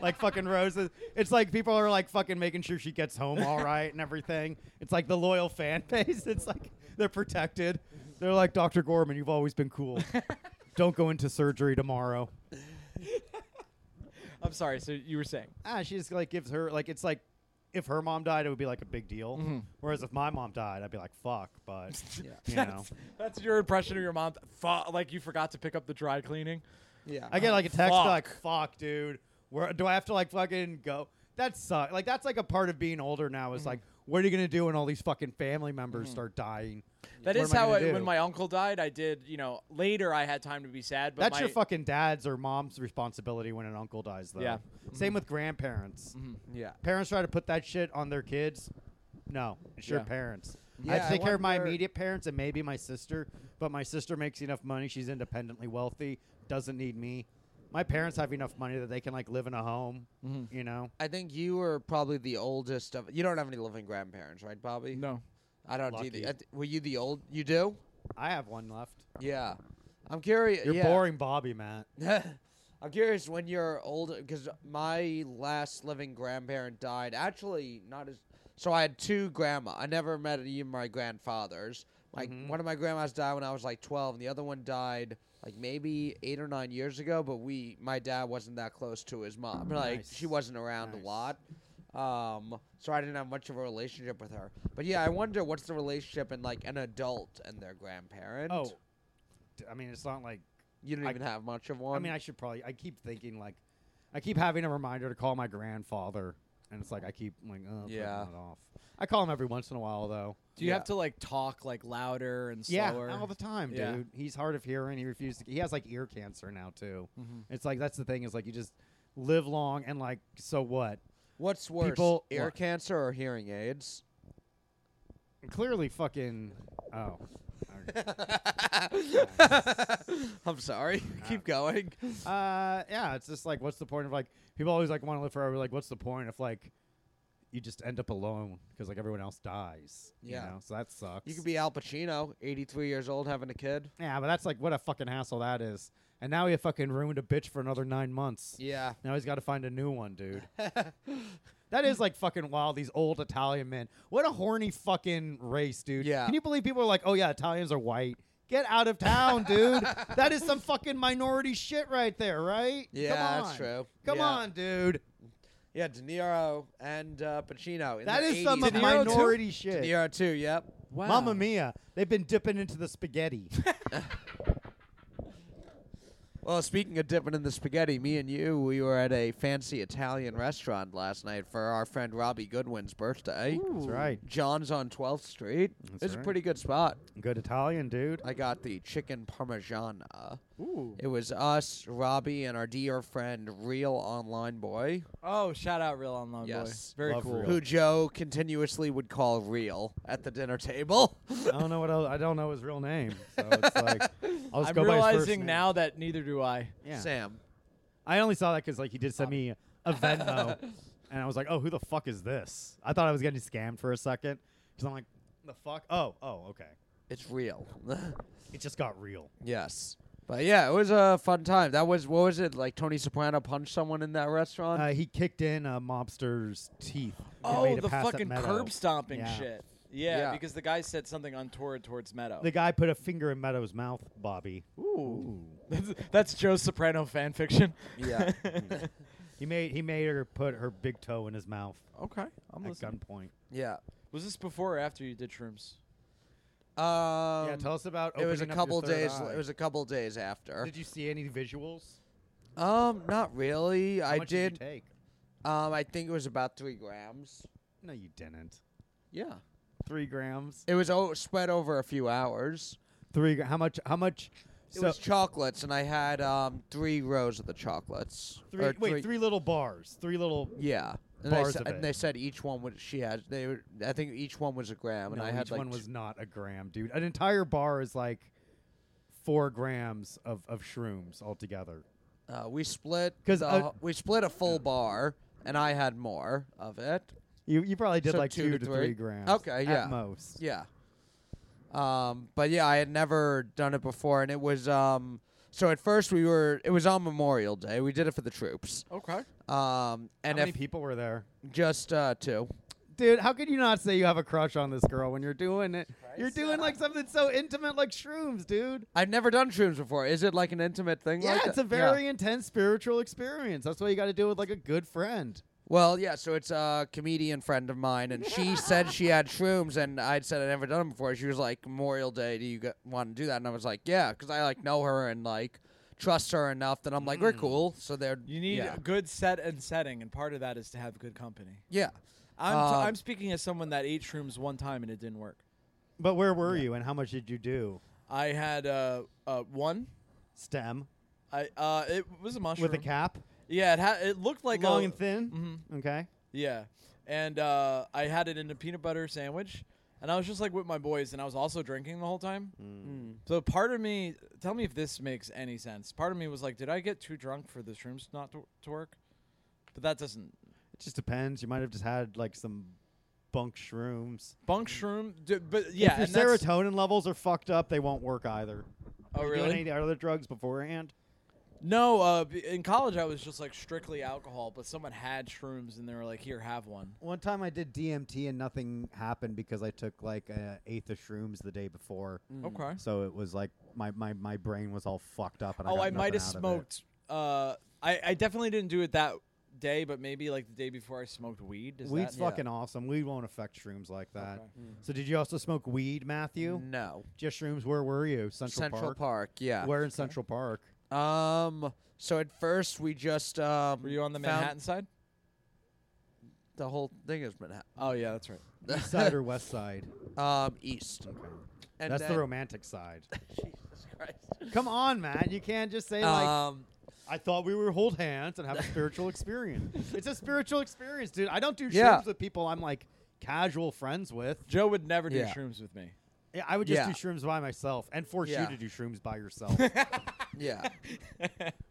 like fucking roses. It's like people are like fucking making sure she gets home all right and everything. It's like the loyal fan base. It's like they're protected. They're like Dr. Gorman, you've always been cool. Don't go into surgery tomorrow. I'm sorry. So you were saying? Ah, she just like gives her like it's like if her mom died, it would be like a big deal. Whereas if my mom died, I'd be like fuck, but you know. That's, that's your impression of your mom. Fu- like you forgot to pick up the dry cleaning. Yeah. I get like a text Fuck. like, "Fuck, dude, where do I have to like fucking go?" That sucks. Like that's like a part of being older now. Mm-hmm. Is like, what are you gonna do when all these fucking family members start dying? What That is am I how gonna I, do? when my uncle died, I did. You know, later I had time to be sad. But That's my, your fucking dad's or mom's responsibility when an uncle dies, though. Yeah. Mm-hmm. Same with grandparents. yeah. Parents try to put that shit on their kids. No, it's your Yeah. parents. I Yeah, I take care of my wonder- immediate parents and maybe my sister, but my sister makes enough money. She's independently wealthy. Doesn't need me. My parents have enough money that they can like live in a home. Mm-hmm. You know. I think you were probably the oldest of. You don't have any living grandparents, right, Bobby? No. I don't Lucky. either. I th- were you the old? You do? I have one left. Yeah. I'm curious. You're yeah. boring, Bobby, Matt. I'm curious when you're old, because my last living grandparent died. Actually, not as. So I had two grandma. I never met any of my grandfathers. Like Mm-hmm. one of my grandmas died when I was like 12, and the other one died like maybe eight or nine years ago. But we, my dad wasn't that close to his mom. Like Nice. she wasn't around Nice. a lot. Um, so I didn't have much of a relationship with her. But yeah, I wonder what's the relationship in like an adult and their grandparent. Oh, d- I mean, it's not like. you don't I- even have much of one. I mean, I should probably. I keep thinking like, I keep having a reminder to call my grandfather, and it's like I keep like, oh, putting Yeah. it off. I call him every once in a while though. Do you Yeah. have to like talk like louder and Yeah, slower? all the time, dude. Yeah. He's hard of hearing. He refused. To, he has like ear cancer now too. It's like that's the thing is like you just live long and like so what? What's worse, People- ear what? cancer or hearing aids? Clearly, fucking. Oh, I'm sorry. Keep going. Uh, yeah, it's just like, what's the point of like people always like want to live forever? Like, what's the point if like you just end up alone because like everyone else dies? Yeah. you know? so that sucks. You could be Al Pacino, 83 years old, having a kid. yeah, but that's like what a fucking hassle that is. And now he fucking ruined a bitch for another nine months. Yeah. Now he's got to find a new one, dude. that is like fucking wild. These old Italian men. What a horny fucking race, dude. Yeah. Can you believe people are like, oh yeah, Italians are white. Get out of town, dude. that is some fucking minority shit right there, right? Yeah, Come that's on. true. Come Yeah. on, dude. Yeah, De Niro and uh, Pacino. in That the is some 80s. of minority De shit. Niro too. Yep. wow. Mamma mia, they've been dipping into the spaghetti. Well, speaking of dipping in the spaghetti, me and you, we were at a fancy Italian restaurant last night for our friend Robbie Goodwin's birthday. That's right. John's on 12th Street. That's it's right. a pretty good spot. Good Italian, dude. I got the chicken parmigiana. Ooh. It was us, Robbie, and our dear friend, Real Online Boy, Oh, shout out Real Online Yes. Boy. Very Love cool. Real. who Joe continuously would call Real at the dinner table. I don't know what else, I don't know his real name, so it's like I'll just I'm go by his first realizing name. now that neither do I. Yeah. Sam. I only saw that because like he did send me a Venmo, and I was like, oh, who the fuck is this? I thought I was getting scammed for a second because I'm like, the fuck? Oh, oh, okay. It's real. It just got real. yes. But yeah, it was a fun time. That was what was it like? Tony Soprano punched someone in that restaurant. Uh, he kicked in a mobster's teeth. and Um, Oh, made a the pass at fucking Meadow. curb stomping Yeah. shit. Yeah, Yeah. because the guy said something untoward towards Meadow. The guy put a finger in Meadow's mouth, Bobby. Ooh. That's, that's Joe Soprano fan fiction. yeah. Mm-hmm. He made he made her put her big toe in his mouth Okay, I'm at listening. gunpoint. yeah. Was this before or after you did shrooms? Um, yeah, tell us about. it was a opening up couple your third days. eye. It was a couple days after. Did you see any visuals? Um, not really. How I much did. you take? um, I think it was about three grams. No, you didn't. Yeah. Three grams. It was o- spread over a few hours. Three. gra- How much? How much? It was chocolates, and I had um, three rows of the chocolates. three, Or wait, three little bars. Three little. Yeah. And, I bars sa- of it. and they said each one was she had. They were, I think each one was a gram, and no, I had each like one t- was not a gram, dude. An entire bar is like four grams of of shrooms altogether. Uh, we split 'Cause uh, because I- we split a full bar, and I had more of it. You you probably did So like two two, to to three? three grams. Okay, yeah. At most. Yeah. Um, but yeah, I had never done it before, and it was um. So at first we were. It was on Memorial Day. We did it for the troops. Okay. Um, and How many if people were there? just uh, two. Dude, how could you not say you have a crush on this girl when you're doing it? You're doing like something so intimate like shrooms, dude. I've never done shrooms before. Is it like an intimate thing? Yeah, like it's that? a very intense spiritual experience. That's why you got to do it with like a good friend. Well, yeah, so it's a comedian friend of mine, and she said she had shrooms, and I'd said I'd never done them before. She was like, Memorial Day, do you g- want to do that? And I was like, yeah, because I, like, know her and, like, trust her enough that I'm like, we're cool. So they're, Hmm. You need yeah. a good set and setting, and part of that is to have good company. yeah. I'm, t- Um, I'm speaking as someone that ate shrooms one time and it didn't work. But where were you and how much did you do? I had uh, uh, one. Stem I uh, it was a mushroom with a cap, Yeah, it had. It looked like long a, and thin. Mhm. Okay. Yeah, and uh, I had it in a peanut butter sandwich, and I was just like with my boys, and I was also drinking the whole time. Mm. So part of me, tell me if this makes any sense. Part of me was like, did I get too drunk for the shrooms not to, to work? But that doesn't. It just depends. You might have just had like some bunk shrooms. Bunk shroom, d- but yeah, If and your that's- serotonin levels are fucked up, they won't work either. Oh Were you really? Doing any other drugs beforehand? No, uh, b- in college I was just like strictly alcohol, but someone had shrooms and they were like, "Here, have one." One time I did DMT and nothing happened because I took like an eighth of shrooms the day before. Okay. So it was like my, my, my brain was all fucked up. And I oh, got I might nothing have out of it. smoked. Uh, I I definitely didn't do it that day, but maybe like the day before I smoked weed. Is Weed's that, fucking awesome. Weed won't affect shrooms like that. Okay. Mm-hmm. So did you also smoke weed, Matthew? No. Just shrooms. Where were you? Central, Central Park, Park. yeah. Where in Central Park? Um, so at first we just, um. Were you on the found- Manhattan side? The whole thing is Manhattan. Oh yeah, that's right. East side or west side? um, east. Okay. And That's the then- romantic side. Jesus Christ. Come on, Matt. You can't just Oh, say like Um, I thought we would hold hands and have a spiritual experience. It's a spiritual experience, dude. I don't do shrooms Yeah. with people I'm like casual friends with. Joe would never do Yeah. shrooms with me. Yeah, I would just Yeah. do shrooms by myself and force Yeah. you to do shrooms by yourself. yeah.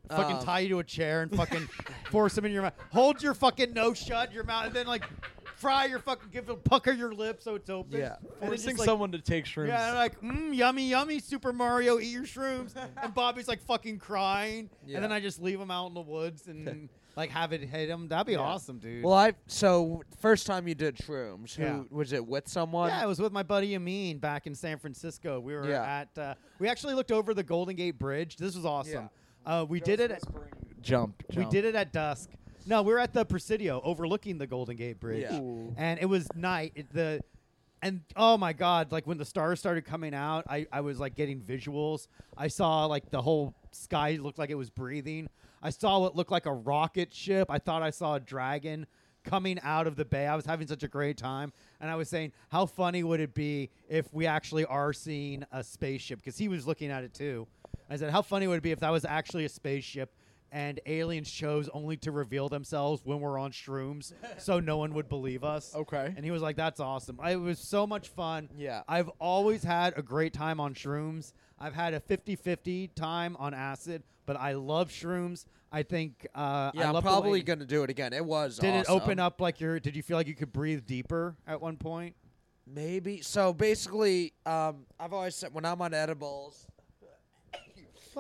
fucking Um, tie you to a chair and fucking force them in your mouth. Hold your fucking nose shut, your mouth, and then like fry your fucking give them pucker your lip so it's open. Yeah. And then Forcing just, like, someone to take shrooms. Yeah, and like, mm, yummy, yummy, Super Mario, eat your shrooms. And Bobby's like fucking crying. Yeah. And then I just leave him out in the woods and like have it hit him. That'd be awesome, dude. Well, I so first time you did shrooms, who Yeah. was it with someone? Yeah, I was with my buddy Amin back in San Francisco. We were Yeah. at, uh, we actually looked over the Golden Gate Bridge. This was awesome. Uh, we did it. At, Jump, we did it at dusk. No, we were at the Presidio overlooking the Golden Gate Bridge, Yeah. Ooh. and it was night. It, the and oh my god, like when the stars started coming out, I, I was like getting visuals. I saw like the whole sky looked like it was breathing. I saw what looked like a rocket ship. I thought I saw a dragon coming out of the bay. I was having such a great time, and I was saying, how funny would it be if we actually are seeing a spaceship? Because he was looking at it too. I said, how funny would it be if that was actually a spaceship and aliens chose only to reveal themselves when we're on shrooms so no one would believe us. Okay. And he was like, that's awesome. I- It was so much fun. Yeah. I've always had a great time on shrooms. I've had a 50 50 time on acid, but I love shrooms. I think uh, I yeah, I'm love the way- probably gonna do it again. It was. Did it open awesome. up like your? Did you feel like you could breathe deeper at one point? Maybe. So basically, um, I've always said when I'm on edibles,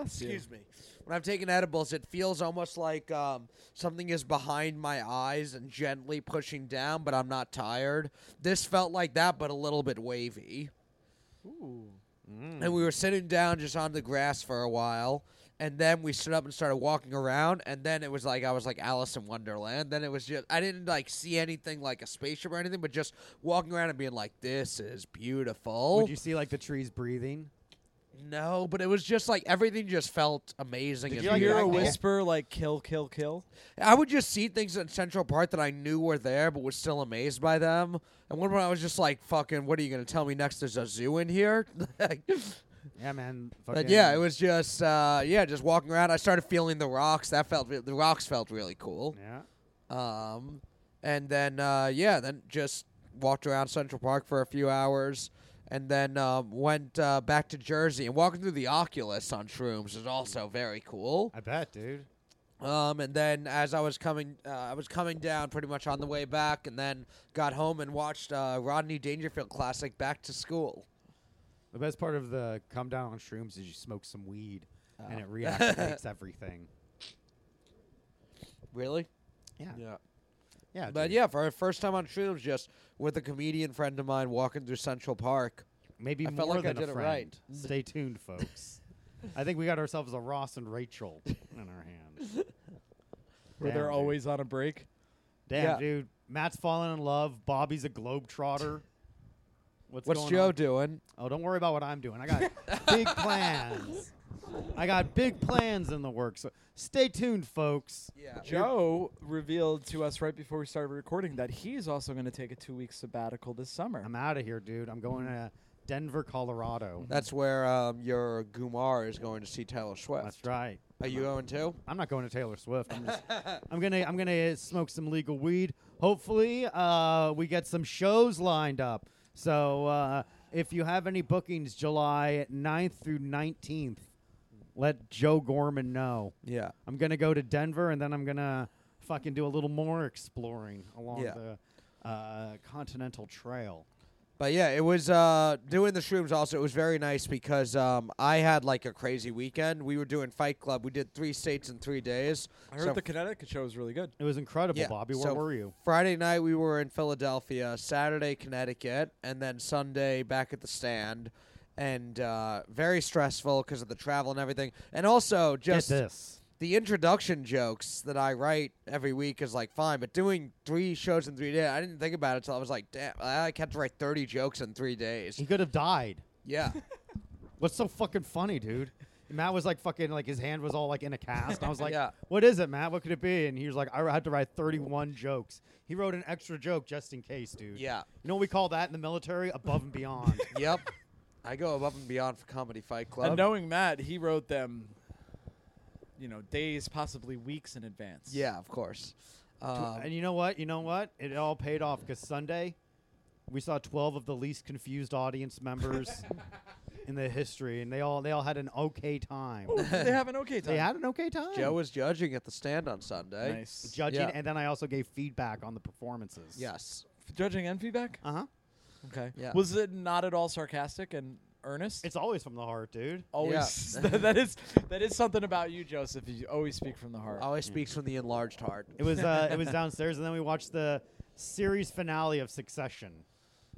excuse me, when I'm taking edibles, it feels almost like um, something is behind my eyes and gently pushing down, but I'm not tired. This felt like that, but a little bit wavy. Ooh. and Hmm. we were sitting down just on the grass for a while and then we stood up and started walking around and then it was like i was like alice in wonderland then it was just i didn't like see anything like a spaceship or anything but just walking around and being like this is beautiful Would you see like the trees breathing? No, but it was just like everything just felt amazing. Did and you You like hear it? a I- reactive. whisper like "kill, kill, kill." I would just see things in Central Park that I knew were there, but was still amazed by them. And one moment I was just like, "Fucking, what are you gonna tell me next? There's a zoo in here." Like, Yeah, man. but yeah, it was just uh, yeah, just walking around. I started feeling the rocks. That felt re- the rocks felt really cool. Yeah. Um, and then uh, yeah, then just walked around Central Park for a few hours, and then um, went uh, back to Jersey. And walking through the Oculus on shrooms is also very cool. I bet, dude. Um, and then as I was coming, uh, I was coming down pretty much on the way back, and then got home and watched uh, Rodney Dangerfield classic Back to School. The best part of the come down on shrooms is you smoke some weed Ah. and it reactivates everything. Really? Yeah. Yeah. Yeah. But dude. yeah, for our first time on shrooms, just with a comedian friend of mine walking through Central Park. Maybe I more felt like I than a did it friend. right. Stay tuned, folks. I think we got ourselves a Ross and Rachel in our hands. Where Damn, they're dude. always on a break. Damn, Yeah. dude. Matt's falling in love. Bobby's a globetrotter. What's, What's going Joe on? doing? Oh, don't worry about what I'm doing. I got big plans. I got big plans in the works. So stay tuned, folks. Yeah. Joe revealed to us right before we started recording that he's also going to take a two-week sabbatical this summer. I'm out of here, dude. I'm going to Denver, Colorado. That's where um, your Gumar is going to see Taylor Swift. That's right. Are you going too? I'm not going to Taylor Swift. I'm, just, I'm gonna I'm gonna smoke some legal weed. Hopefully, uh, we get some shows lined up. So uh, if you have any bookings, July 9th through 19th, let Joe Gorman know. Yeah. I'm gonna go to Denver, and then I'm gonna fucking do a little more exploring along Yeah. the uh, Continental Trail. But yeah, it was uh, doing the shrooms. Also, it was very nice because um, I had like a crazy weekend. We were doing Fight Club. We did three states in three days. I heard So the Connecticut show was really good. It was incredible, Yeah, Bobby. Where so- were you? Friday night we were in Philadelphia. Saturday Connecticut, and then Sunday back at the stand. And uh, very stressful because of the travel and everything. And also just Get this. the introduction jokes that I write every week is like fine, but doing three shows in three days, I didn't think about it until I was like, damn, I like, had to write thirty jokes in three days. He could have died. Yeah. What's so fucking funny, dude? Matt was like fucking like his hand was all like in a cast. I was like, Yeah. "What is it, Matt? What could it be?" And he was like, "I had to write 31 jokes. He wrote an extra joke just in case, dude." Yeah. You know what we call that in the military? Above and beyond. yep. I go above and beyond for Comedy Fight Club. And knowing Matt, he wrote them, you know, days, possibly weeks in advance. yeah, of course. Um, and you know what? You know what? It all paid off because Sunday, we saw 12 of the least confused audience members in the history, and they all they all had an okay time. they have an okay time. they had an okay time. Joe was judging at the stand on Sunday. nice. judging, Yeah. and then I also gave feedback on the performances. Yes. Judging and feedback. Uh huh. Okay. Yeah. Was it not at all sarcastic and earnest? It's always from the heart, dude. always Yeah. that is that is something about you, Joseph. You always speak from the heart. Always speaks from the enlarged heart. hmm. It was uh, it was downstairs, and then we watched the series finale of Succession.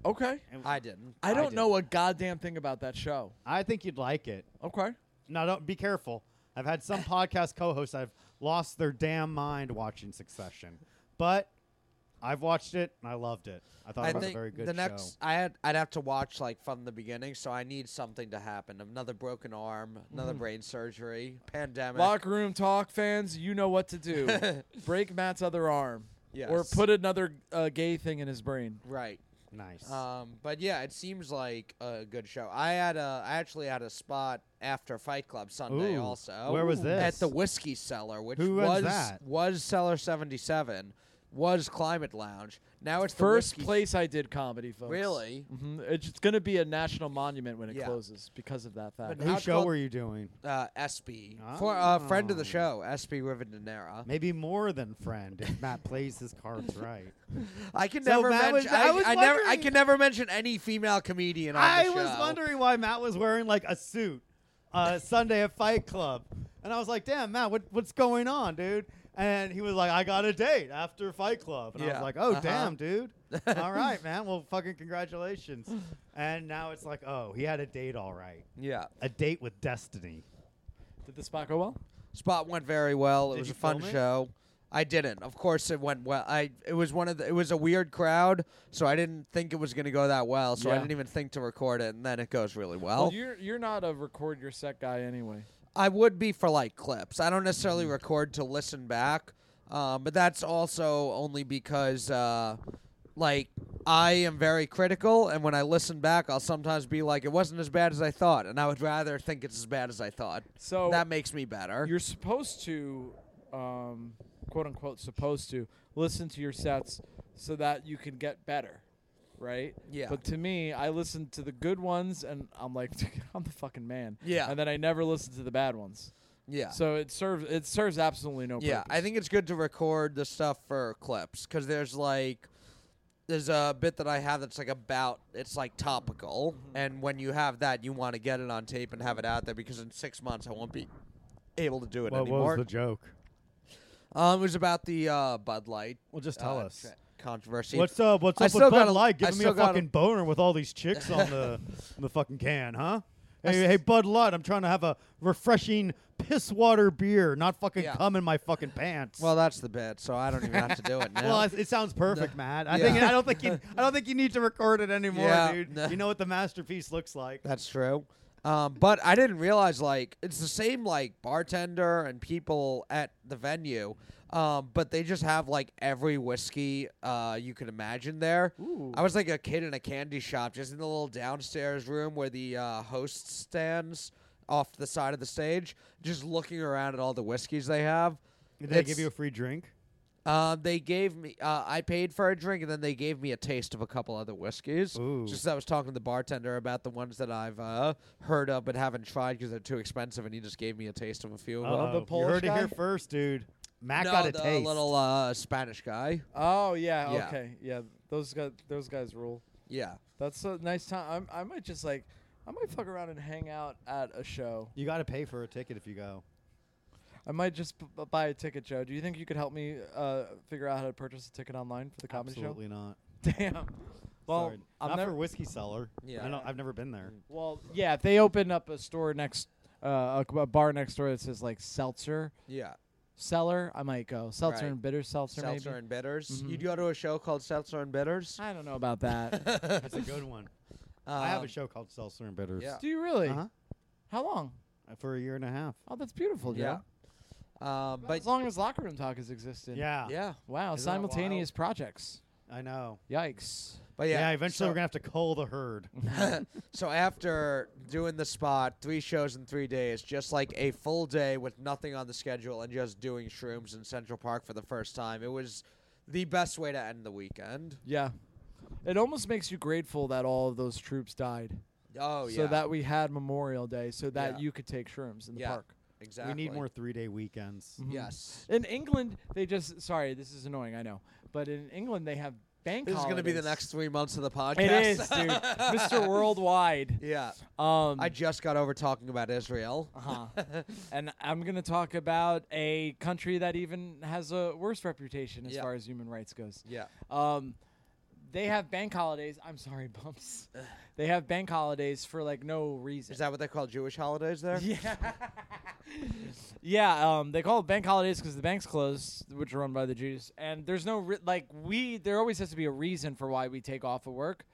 Okay. I didn't. I don't did. know a goddamn thing about that show. I think you'd like it. Okay. Now, don't be careful. I've had some podcast co-hosts I've lost their damn mind watching Succession, but I've watched it and I loved it. I thought I it was a think very good the show. next I had I'd have to watch like from the beginning, so I need something to happen. Another broken arm, another Mm-hmm. brain surgery, pandemic. Locker room talk fans, you know what to do. Break Matt's other arm. Or Yes. put another uh, gay thing in his brain. Right. nice. Um, but yeah, it seems like a good show. I had a I actually had a spot after Fight Club Sunday Ooh, also. where was this? At the Whiskey Cellar, which Who runs was that? was Cellar 77, was Climate Lounge. Now it's the First Whiskey- place I did comedy, folks. Really? hmm It's going to be a national monument when it Yeah. closes because of that fact. But Whose Outcome- show were you doing? Uh, SB. For a friend of Oh. the show, SB Rivadenera. Maybe more than friend if Matt plays his cards right. I can So never Matt mention. was- I I, was I never. I wondering- can never mention any female comedian on I the show. was wondering why Matt was wearing like a suit uh, Sunday at Fight Club, and I was like, "Damn, Matt, what, what's going on, dude?" And he was like, "I got a date after Fight Club," and I was Yeah. like, "Oh, Uh-huh. damn, dude! all right, man. Well, fucking congratulations." And now it's like, "Oh, he had a date, all right, Yeah, a date with destiny." did the spot go well? spot went very well. Did it was you a fun film it? show. I didn't. Of course, it went well. I it was one of the, it was a weird crowd, so I didn't think it was gonna go that well. So I Yeah. didn't even think to record it, and then it goes really well. Well, you're you're not a record your set guy anyway. I would be for like clips. I don't necessarily record to listen back, um, but that's also only because uh, like I am very critical, and when I listen back, I'll sometimes be like, "It wasn't as bad as I thought," and I would rather think it's as bad as I thought. So that makes me better. Oh. you're supposed to, um, quote unquote, supposed to listen to your sets so that you can get better, right? Yeah. But to me, I listen to the good ones and I'm like, I'm the fucking man. Yeah. And then I never listen to the bad ones. Yeah. So it serves it serves absolutely no yeah, purpose. I think it's good to record the stuff for clips because there's like there's a bit that I have that's like about it's like topical, Mm-hmm. and when you have that, you want to get it on tape and have it out there because in six months I won't be able to do it What anymore. was the joke? um, it was about the uh, Bud Light. Well, just tell uh, us. tra- controversy. What's up? What's I up still with gotta- Bud Light? I Giving me still a gotta- fucking boner with all these chicks on the on the fucking can, huh? I Hey, s- hey, Bud Light, I'm trying to have a refreshing piss water beer, not fucking Yeah. cum in my fucking pants. well, that's the bit, so I don't even have to do it now. Well, it, it sounds perfect, Matt. I Yeah. think I don't think you, I don't think you need to record it anymore, Yeah. dude. No. You know what the masterpiece looks like. That's true. Um, but I didn't realize like it's the same like bartender and people at the venue, um, but they just have like every whiskey uh, you can imagine there. Ooh. I was like a kid in a candy shop, just in the little downstairs room where the uh, host stands off to the side of the stage, just looking around at all the whiskeys they have. Did they It's- give you a free drink? um, they gave me. Uh, I paid for a drink, and then they gave me a taste of a couple other whiskeys. Ooh. Just I was talking to the bartender about the ones that I've uh, heard of but haven't tried because they're too expensive, and he just gave me a taste of a few of them. Uh-oh. you Polish heard it here guy? first, dude. Matt no, got a the taste. little uh, Spanish guy. Oh yeah, Yeah. okay, yeah. Those guys, those guys rule. Yeah, That's a nice time. I'm, I might just like, I might fuck around and hang out at a show. you got to pay for a ticket if you go. I might just b- b- buy a ticket, Joe. Do you think you could help me uh, figure out how to purchase a ticket online for the comedy Absolutely not. show? Damn. Well, Sorry. I'm not never. for whiskey cellar. Yeah. Mm. I don't, I've never been there. well, yeah. If they open up a store next, uh, a c- a bar next door that says like seltzer yeah. cellar, I might go. Seltzer Right. and bitter seltzer, Seltzer maybe. and bitters. Mm-hmm. Mhm. You'd go to a show called Seltzer and Bitters. I don't know about that. That's a good one. I have a Um, show called Seltzer and Bitters. yeah. Do you really? Uh-huh. How long? Uh, For a year and a half. Oh, that's beautiful, Joe. Yeah. Um, About but as long as locker room talk has existed. Yeah. yeah, Isn't Wow, that simultaneous projects. I know. Yikes. but Yeah, yeah. eventually so- we're going to have to cull the herd. so after doing the spot, three shows in three days, just like a full day with nothing on the schedule and just doing shrooms in Central Park for the first time, it was the best way to end the weekend. Yeah. It almost makes you grateful that all of those troops died. Oh yeah, So that we had Memorial Day so that Yeah. you could take shrooms in the Yeah. park. exactly. Mm-hmm. We need more three day weekends. Mhm. Yes, In England, they just sorry, this is annoying, I know. But in England they have bank this is gonna be the holidays. next three months of the podcast. It is, dude. Mr. Worldwide. yeah, Um I just got over talking about Israel. uh-huh. and I'm going to talk about a country that even has a worse reputation as Yeah. far as human rights goes. Yeah, Um, they have bank holidays. I'm sorry, bumps. They have bank holidays for like no reason. is that what they call Jewish holidays there? yeah. yeah. Um, they call it bank holidays because the banks close, which are run by the Jews. And there's no re- like we. There always has to be a reason for why we take off of work.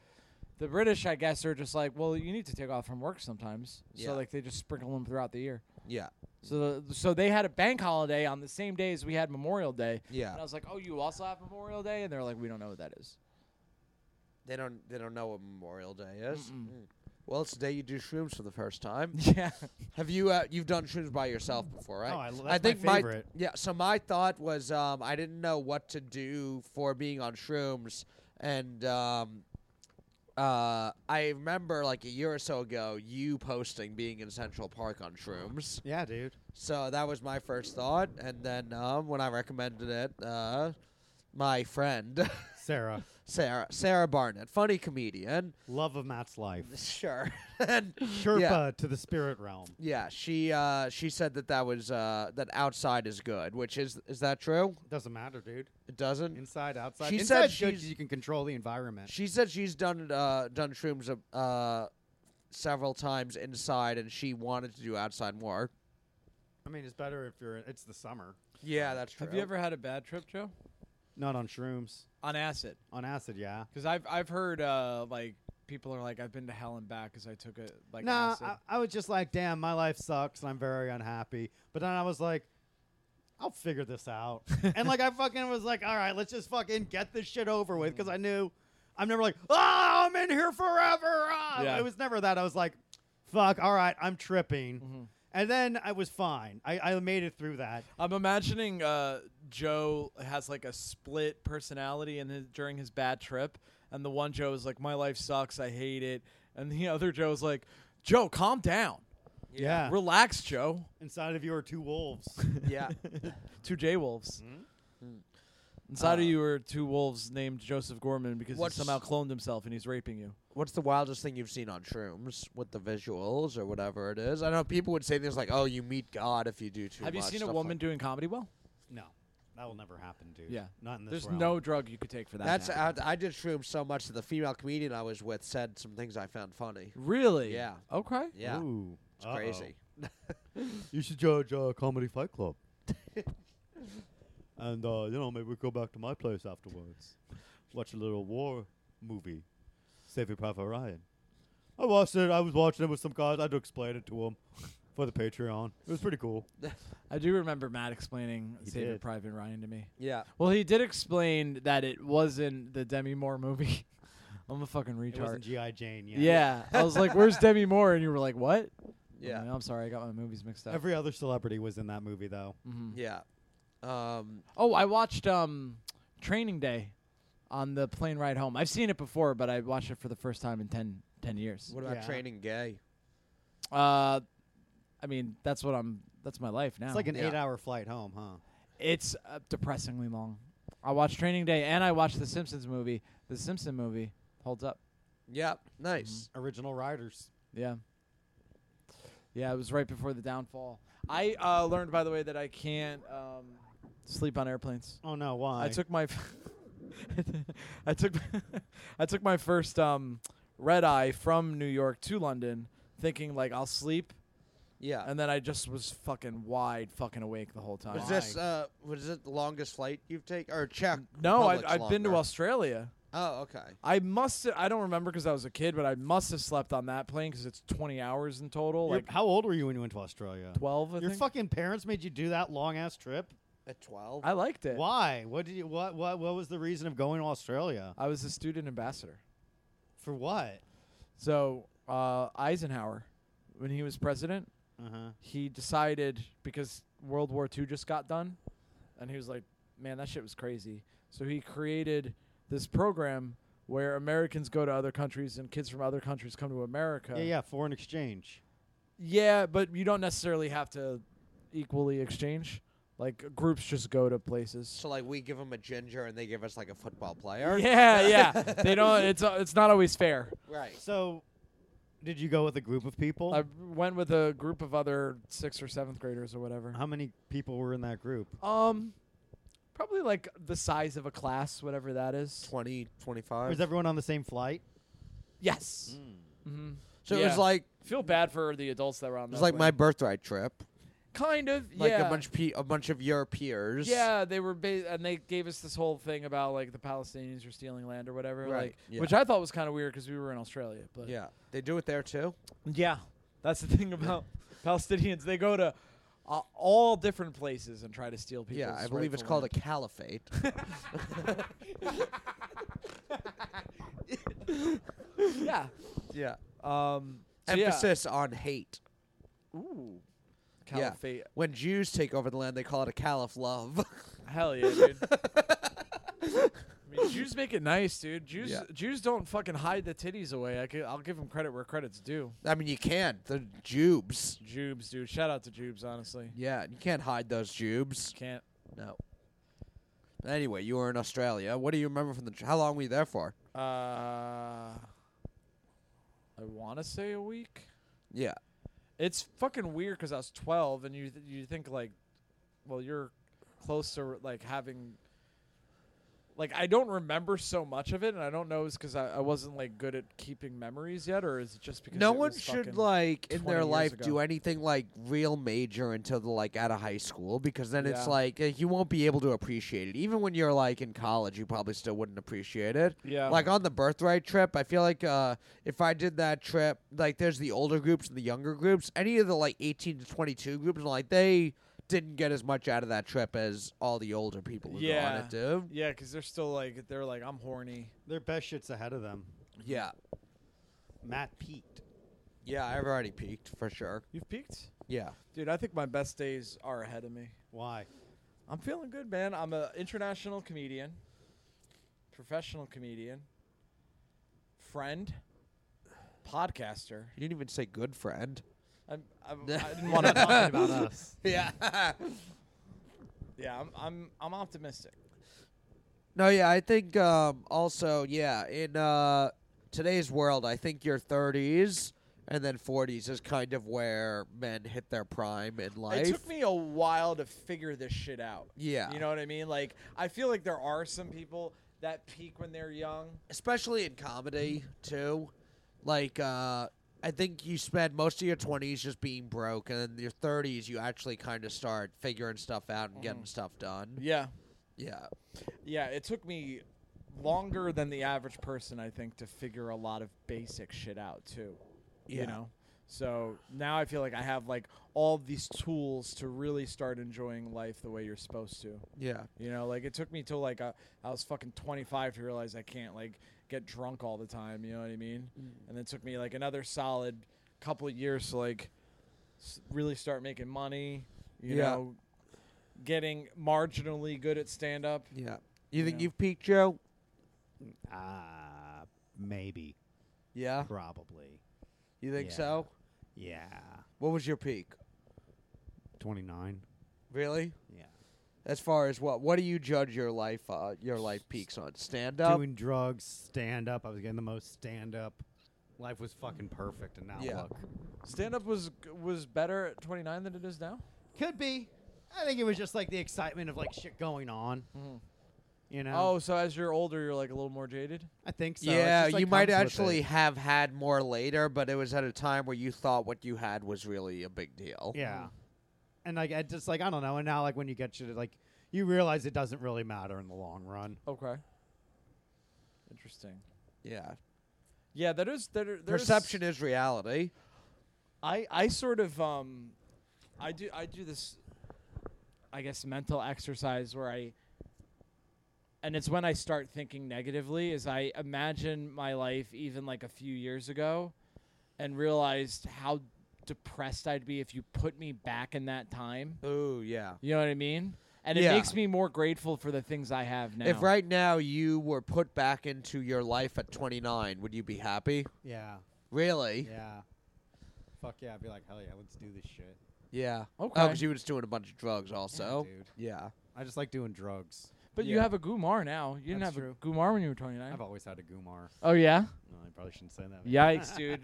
The British, I guess, are just like, well, you need to take off from work sometimes. Yeah. So like they just sprinkle them throughout the year. Yeah, So the, so they had a bank holiday on the same day as we had Memorial Day. yeah. And I was like, oh, you also have Memorial Day, and they're like, we don't know what that is. They don't. They don't know what Memorial Day is. Mm-mm. Mm. Well, it's the day you do shrooms for the first time. Yeah. Have you uh, you've done shrooms by yourself before, right? Oh, I- that's my favorite. yeah. So my thought was um, I didn't know what to do for being on shrooms, and um, uh, I remember like a year or so ago you posting being in Central Park on shrooms. Yeah, dude. So that was my first thought, and then um, when I recommended it, uh, my friend Sarah, Sarah Sarah Barnett, funny comedian, love of Matt's life. sure, and Sherpa yeah. to the spirit realm. Yeah, she uh, she said that that was uh, that outside is good, which is is that true? Doesn't matter, dude. It doesn't. Inside, outside. She Inside said good 'cause she's- you can control the environment. She said she's done uh, done shrooms uh, uh, several times inside, and she wanted to do outside more. I mean, it's better if you're. It's the summer. Yeah, that's true. Have you ever had a bad trip, Joe? Not on shrooms. On acid? On acid, yeah. Because I've I've heard uh, like people are like I've been to hell and back because I took a like Nah, acid. I, I was just like, damn, my life sucks and I'm very unhappy. But then I was like, I'll figure this out. and like, I fucking was like, all right, let's just fucking get this shit over with Mm. because I knew I'm never like, oh, I'm in here forever. Ah. Yeah. It was never that. I was like, fuck, all right, I'm tripping. Mm-hmm. And then I was fine. I, I made it through that. I'm imagining uh, Joe has like a split personality in his, during his bad trip, and the one Joe is like, "My life sucks, I hate it," and the other Joe is like, "Joe, calm down, Yeah. relax, Joe." Inside of you are two wolves. Yeah. Two J wolves. Hmm? Inside of you are two wolves named Joseph Gorman because he Uh, What's- somehow cloned himself and he's raping you. What's the wildest thing you've seen on shrooms with the visuals or whatever it is? I know people would say things like, "Oh, you meet God if you do too Have you much," seen a stuff like- woman doing comedy well? no, that will never happen, dude. Yeah. Not in this There's realm. no drug you could take for that. That's to I, happen. I did shrooms so much that the female comedian I was with said some things I found funny. really Yeah. okay. Yeah, Ooh, it's uh-oh. crazy. You should judge uh, Comedy Fight Club. and, uh, you know, maybe we go back to my place afterwards. Watch a little war movie. Saving Private Ryan. I watched it. I was watching it with some guys. I had to explain it to them for the Patreon. It was pretty cool. I do remember Matt explaining He Saving did. Private Ryan to me. Yeah, Well, he did explain that it wasn't the Demi Moore movie. I'm a fucking retard. It wasn't G.I. Jane yeah. yet. I was like, "Where's Demi Moore?" And you were like, "What?" yeah, I'm, like, I'm sorry, I got my movies mixed up. Every other celebrity was in that movie, though. Mhm. yeah. Um, Oh, I watched um, Training Day on the plane ride home. I've seen it before, but I watched it for the first time in 10, 10 years. what about Yeah. training gay? Uh, I mean, that's what I'm. That's my life now. It's like an Yeah. eight hour flight home, huh? It's uh, depressingly long. I watched Training Day and I watched the Simpsons movie. The Simpson movie holds up. Yeah, Mm-hmm. nice. Original writers. Yeah. Yeah, it was right before the downfall. I uh, learned, by the way, that I can't um, sleep on airplanes. Oh, no, why? I took my, I took, I took my first um, red eye from New York to London, thinking like I'll sleep, Yeah. and then I just was fucking wide fucking awake the whole time. was this uh, was it the longest flight you've taken or check? no, I, I've been to Australia. Oh, okay. I must. I don't remember because I was a kid, but I must have slept on that plane because it's 20 hours in total, You're- like How old were you when you went to Australia? 12. I Your think. fucking parents made you do that long ass trip? At twelve. I liked it. Why? What did you? What? What? What was the reason of going to Australia? I was a student ambassador. For what? So uh, Eisenhower, when he was president, Uh huh. he decided because World War II just got done, and he was like, "Man, that shit was crazy." So he created this program where Americans go to other countries and kids from other countries come to America. Yeah, yeah. Foreign exchange. Yeah, but you don't necessarily have to equally exchange. Like groups just go to places. so like we give them a ginger and they give us like a football player. Yeah, yeah. they don't. It's uh, it's not always fair. Right. So, did you go with a group of people? I went with a group of other sixth or seventh graders or whatever. How many people were in that group? Um, probably like the size of a class, whatever that is. 20, 25. Was everyone on the same flight? Yes. Hmm. Mm-hmm. so it Yeah. was like Feel bad for the adults that were on. it was that like my plane. birthright trip. kind of Like yeah. a bunch pe- a bunch of your peers. Yeah, they were ba- and they gave us this whole thing about like the Palestinians were stealing land or whatever, Right, like yeah. which I thought was kind of weird because we were in Australia. But Yeah. They do it there too. yeah, that's the thing about Palestinians. They go to uh, all different places and try to steal people. yeah, I believe it's called a caliphate. yeah. yeah. Um, so yeah. Emphasis on hate. Ooh. Yeah. Caliphate. When Jews take over the land, they call it a caliph love. Hell yeah, dude. I mean, Jews make it nice, dude. Jews Yeah. Jews don't fucking hide the titties away. I will give them credit where credit's due. I mean, you can't. They're jubes. Jubes, dude. Shout out to Jubes, honestly. Yeah, you can't hide those jubes. Can't. No. Anyway, you were in Australia. What do you remember from the? tr- How long were you there for? Uh, I want to say a week. Yeah. It's fucking weird because I was 12, and you th- you think like, well, you're close to like having like I don't remember so much of it, and I don't know is because I, I wasn't like good at keeping memories yet, or is it just because No it one was should fucking- like in 20 their years life ago. do anything like real major until they're like out of high school because then it's Yeah. like uh, you won't be able to appreciate it. Even when you're like in college, you probably still wouldn't appreciate it. Yeah. Like on the birthright trip, I feel like uh, if I did that trip, like there's the older groups and the younger groups. Any of the like 18 to 22 groups, like they didn't get as much out of that trip as all the older people who go on Yeah. it do. Yeah, because they're still like they're like I'm horny. Their best shit's ahead of them. Yeah. Matt peaked. Yeah, I've already peaked for sure. You've peaked, Yeah. dude. I think my best days are ahead of me. Why? I'm feeling good, man. I'm an international comedian, professional comedian, friend, podcaster. You didn't even say good friend. I'm, I'm, I didn't want to talk about that. us. Yeah. Yeah, I'm, I'm, I'm optimistic. No, yeah, I think um, also, yeah, in uh, today's world, I think your 30s and then 40s is kind of where men hit their prime in life. It took me a while to figure this shit out. Yeah. You know what I mean? Like, I feel like there are some people that peak when they're young. Especially in comedy, too. Like, uh, I think you spend most of your 20s just being broke, and then your 30s, you actually kind of start figuring stuff out and getting stuff done. Yeah. Mm-hmm. Yeah. Yeah, it took me longer than the average person, I think, to figure a lot of basic shit out, too. Yeah. You know? So now I feel like I have, like, all these tools to really start enjoying life the way you're supposed to. Yeah. You know, like it took me till like uh, I was fucking 25 to realize I can't like get drunk all the time. You know what I mean? Mm. And it took me like another solid couple of years to like s- really start making money. You Yeah. know, getting marginally good at stand up. Yeah. You think know. you've peaked, Joe? Ah, maybe, Yeah. probably, You think Yeah. so? yeah. What was your peak? Twenty nine. Really? Yeah. As far as what, what do you judge your life, uh, your life peaks on? Stand up. Doing drugs, stand up. I was getting the most stand up. Life was fucking perfect, and now Yeah. look. Stand up was was better at 29 than it is now. Could be. I think it was just like the excitement of like shit going on. Mhm. You know. Oh, so as you're older, you're like a little more jaded. I think so. It's yeah, just, like, you might comes with actually it. have had more later, but it was at a time where you thought what you had was really a big deal. Yeah. And like I just like I don't know. And now like when you get shit, like you realize it doesn't really matter in the long run. Okay. Interesting. Yeah. Yeah, that is that. Are, there's- Perception is reality. I I sort of um, I do I do this, I guess mental exercise where I. And it's when I start thinking negatively is I imagine my life even like a few years ago, and realized how depressed I'd be if you put me back in that time. Ooh, yeah. You know what I mean? And it Yeah. makes me more grateful for the things I have now. If right now you were put back into your life at 29, would you be happy? Yeah. Really? Yeah. Fuck yeah! I'd be like hell yeah, let's do this shit. Yeah. Oh, Okay. because you were just doing a bunch of drugs, also. dude. Yeah. I just like doing drugs. But you Yeah. have a Gumar now. You didn't That's have true. a Gumar when you were 29. I've always had a Gumar. Oh yeah. No, I probably shouldn't say that. Yikes, dude!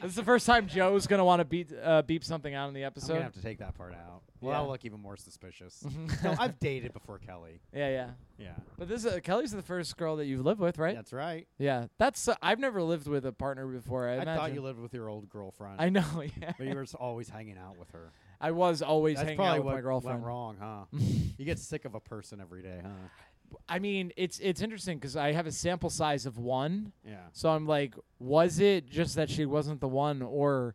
this is the first time Joe's gonna want to beat uh, beep something out in the I'm episode. gonna have to take that part out. Well, Yeah. that'll look even more suspicious. no, I've dated before Kelly. yeah, yeah. Yeah, But this uh, Kelly's the first girl that you've lived with, right? that's right. Yeah. That's uh, I've never lived with a partner before. I, I, imagine. thought you lived with your old girlfriend, I know. Yeah. but you were just always hanging out with her. I was always that's hanging probably out with what my girlfriend. went wrong, huh? you get sick of a person every day, huh? I mean, it's it's interesting because I have a sample size of one, Yeah. so I'm like, was it just that she wasn't the one, or,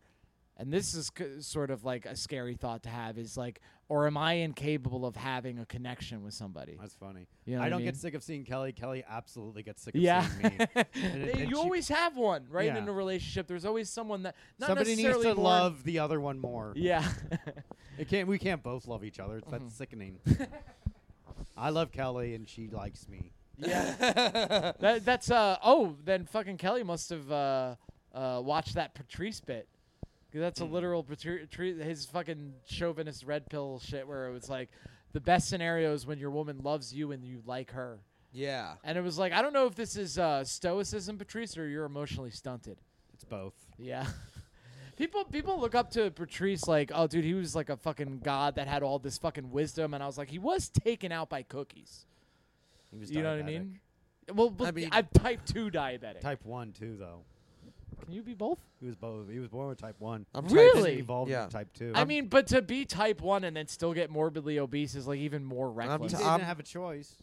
and this is c- sort of like a scary thought to have is like, or am I incapable of having a connection with somebody? That's funny. You know what I I don't mean? get sick of seeing Kelly. Kelly absolutely gets sick of Yeah, seeing me. And it- They- and you she- always have one, right? Yeah. In a relationship, there's always someone that not Somebody needs necessarily to born- love the other one more. Yeah, Mm-hmm. It can't. We can't both love each other. It's That's sickening. I love Kelly, and she likes me. Yeah. that, that's uh oh. Then fucking Kelly must have uh, uh, watched that Patrice bit. 'Cause that's a Hmm. literal Patri- Patri- his fucking chauvinist red pill shit where it was like the best scenario is when your woman loves you and you like her. yeah. And it was like I don't know if this is uh, stoicism, Patrice, or you're emotionally stunted. It's both. Yeah. People people look up to Patrice like, oh dude, he was like a fucking god that had all this fucking wisdom and I was like, he was taken out by cookies. He was You know what I diabetic. mean? Well, but I mean- I'm type two diabetic. Type one too, though. Can you be both? He was both. He was born with type one. I'm and type- then Really? he evolved Yeah. into type two. I mean, but to be type one and then still get morbidly obese is like even more he reckless. t- didn't I'm- have a choice.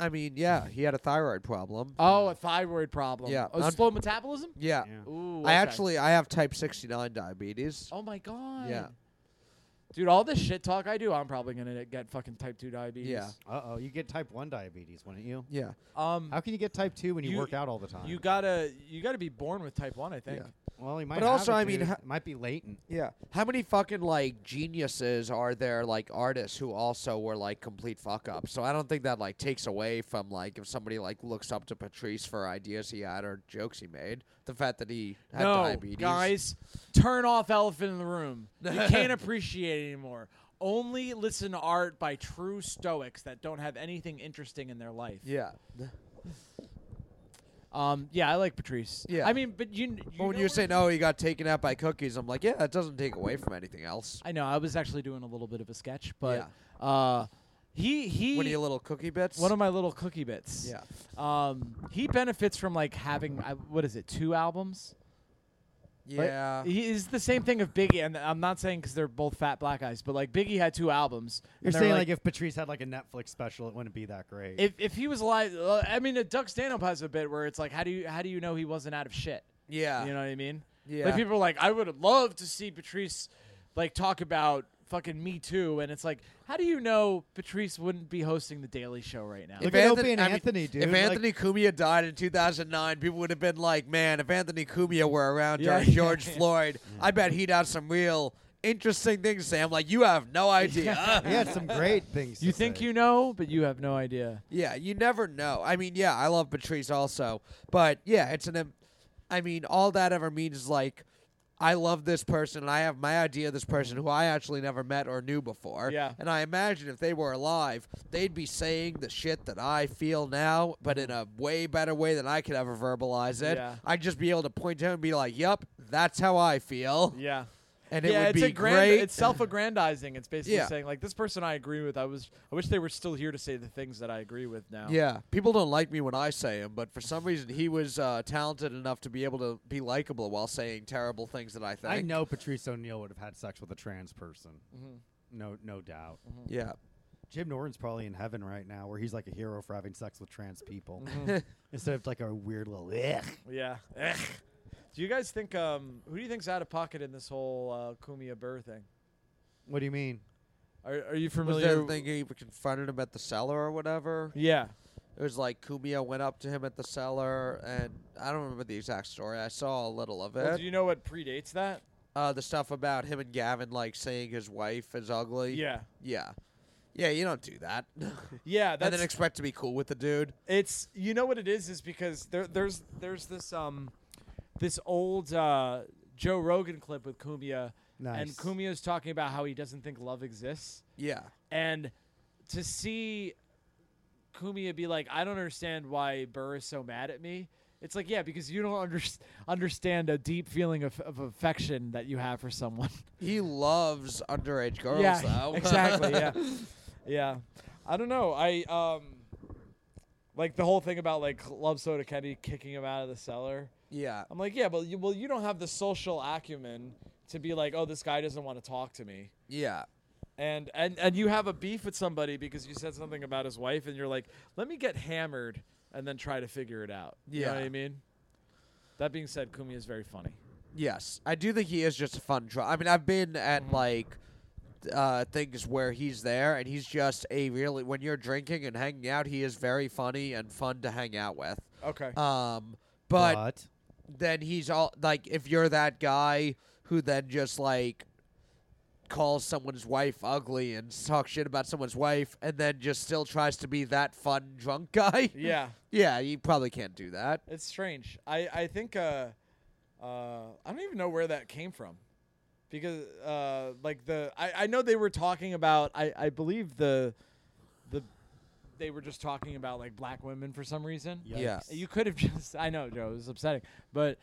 I mean, yeah, he had a thyroid problem. oh, a thyroid problem. Yeah, Oh, I'm- slow metabolism. Yeah. Yeah. Ooh. I okay. actually I have type 69 diabetes. Oh my god. Yeah. Dude, all this shit talk I do, I'm probably gonna get fucking type two diabetes. Yeah. Uh oh, you get type one diabetes, wouldn't you? Yeah. Um. How can you get type two when you, You- work out all the time? You gotta you gotta be born with type one, I think. Yeah. well, he might. But have also, it, I mean, dude. ha- It might be latent. Yeah. How many fucking like geniuses are there like artists who also were like complete fuck ups? So I don't think that like takes away from like if somebody like looks up to Patrice for ideas he had or jokes he made, the fact that he had no, diabetes. guys, turn off elephant in the room. You can't appreciate it anymore. Only listen to art by true stoics that don't have anything interesting in their life. Yeah. Um. Yeah, I like Patrice. Yeah. I mean, but you. you But when know you oh where- say no, No, "Oh, he got taken out by cookies. I'm like, yeah, that doesn't take away from anything else. I know. I was actually doing a little bit of a sketch, but uh, he he. What are you little cookie bits? one of my little cookie bits. yeah. Um, he benefits from like having I what is it? Two albums. Like, Yeah. He is the same thing of Biggie, and I'm not saying because they're both fat black guys, but like Biggie had two albums. and You're they were saying like, if Patrice had like a Netflix special, it wouldn't be that great. if if he was alive, uh, I mean, a Duck Stanhope has a bit where it's like, how do you how do you know he wasn't out of shit? Yeah. You know what I mean? Yeah. Like people are like, I would have loved to see Patrice like talk about fucking Me Too, and it's like, how do you know Patrice wouldn't be hosting the Daily Show right now? Look at Opie and I mean, Anthony, dude, If like- Anthony Cumia died in 2009, people would have been like, "Man, if Anthony Cumia were around Yeah, during yeah, George yeah. Floyd, I bet he'd have some real interesting things." to say." I'm like, "You have no idea." he had some great things. you to think say. you know, but you have no idea. Yeah, you never know. I mean, yeah, I love Patrice also, but yeah, it's an. im- I mean, all that ever means is like, I love this person, and I have my idea of this person who I actually never met or knew before. Yeah. and I imagine if they were alive, they'd be saying the shit that I feel now, but in a way better way than I could ever verbalize it. Yeah. I'd just be able to point to him and be like, "Yup, that's how I feel," Yeah. and it yeah, would it's be a grand, great. It's self-aggrandizing. It's basically Yeah. saying like this person I agree with. I was. I wish they were still here to say the things that I agree with now. Yeah, people don't like me when I say him, but for some reason he was uh, talented enough to be able to be likable while saying terrible things that I think. I know Patrice O'Neill would have had sex with a trans person. Mm-hmm. No, no doubt. Yeah, Jim Norton's probably in heaven right now, where he's like a hero for having sex with trans people Mm-hmm. instead of like a weird little. Ugh. Yeah. Ugh. Do you guys think? Um, who do you think's out of pocket in this whole uh, Kumia Burr thing? What do you mean? Are, are you was familiar? there the w- thing he confronted him at the cellar or whatever? Yeah. It was like Kumia went up to him at the cellar, and I don't remember the exact story. I saw a little of it. Well, do you know what predates that? uh, the stuff about him and Gavin like saying his wife is ugly. Yeah. yeah, yeah. You don't do that, and Yeah. That's then expect to be cool with the dude. it's you know what it is is because there there's there's this um this old uh, Joe Rogan clip with Kumia and Nice. Kumia's talking about how he doesn't think love exists. Yeah, And to see Kumiya be like, I don't understand why Burr is so mad at me. It's like, yeah, because you don't under- understand a deep feeling of, of affection that you have for someone. he loves underage girls yeah, though. exactly. Yeah, yeah. I don't know. I um, like the whole thing about like Love Soda Kenny kicking him out of the cellar. yeah. I'm like, yeah, but you, well, you don't have the social acumen to be like, oh, this guy doesn't want to talk to me. Yeah. and and and you have a beef with somebody because you said something about his wife and you're like let me get hammered and then try to figure it out you know what Yeah. i mean that being said kumi is very funny Yes. I do think he is just a fun draw. I mean, I've been at like uh things where he's there and he's just a really when you're drinking and hanging out, he is very funny and fun to hang out with. okay Um but then he's all like if you're that guy who then just like calls someone's wife ugly and talks shit about someone's wife and then just still tries to be that fun drunk guy. yeah Yeah, you probably can't do that. it's strange i i think uh uh i don't even know where that came from because uh like the i i know they were talking about i i believe the the they were just talking about like black women for some reason Yikes. Yeah. You could have just I know Joe, it was upsetting. But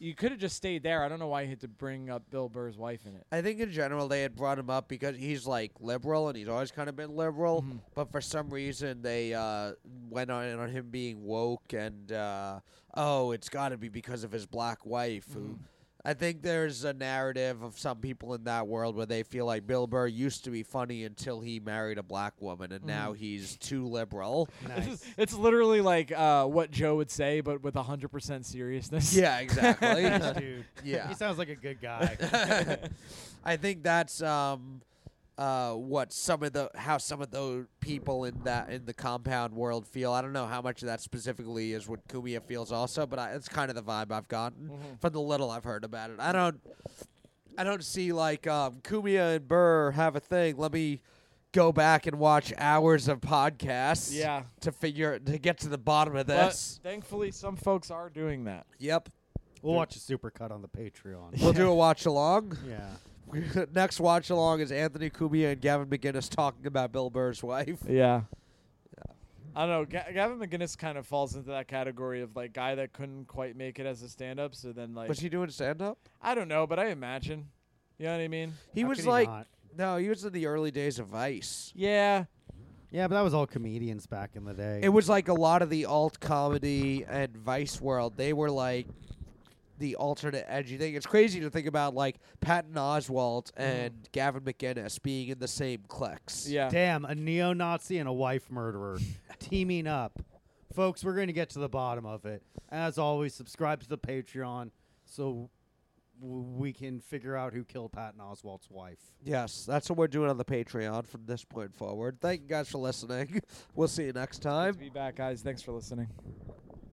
You could have just stayed there. I don't know why you had to bring up Bill Burr's wife in it. I think in general they had brought him up because he's like liberal and he's always kind of been liberal, but for some reason they uh, went on on him being woke and uh, oh, it's got to be because of his black wife. Who I think there's a narrative of some people in that world where they feel like Bill Burr used to be funny until he married a black woman and now he's too liberal. Nice. It's literally like uh, what Joe would say, but with 100% seriousness. Yeah, exactly. Dude. Yeah. He sounds like a good guy. I think that's um, uh, what some of the how some of the people in that in the compound world feel. I don't know how much of that specifically is what Kumia feels also, but I, it's kind of the vibe I've gotten Mm-hmm. from the little I've heard about it. I don't, I don't see like um, Kumia and Burr have a thing. Let me go back and watch hours of podcasts. Yeah. to figure to get to the bottom of But this. thankfully, some folks are doing that. yep, we'll watch a supercut on the Patreon. we'll do a watch along. yeah. Next watch along is Anthony Cumia and Gavin McGinnis talking about Bill Burr's wife. Yeah. I don't know. Ga- Gavin McGinnis kind of falls into that category of like guy that couldn't quite make it as a stand-up, so then like Was he doing stand up? I don't know, but I imagine. You know what I mean? He How was could he like, not? no, he was in the early days of Vice. Yeah. Yeah, but that was all comedians back in the day. It was like a lot of the alt comedy and Vice world. They were like the alternate edgy thing. It's crazy to think about like Patton Oswalt Mm-hmm. and Gavin McGinnis being in the same cliques. Yeah. Damn, a neo Nazi and a wife murderer teaming up. Folks, we're going to get to the bottom of it. As always, subscribe to the Patreon so w- we can figure out who killed Patton Oswalt's wife. Yes, that's what we're doing on the Patreon from this point forward. Thank you guys for listening. We'll see you next Good time. to be back, guys. Thanks for listening.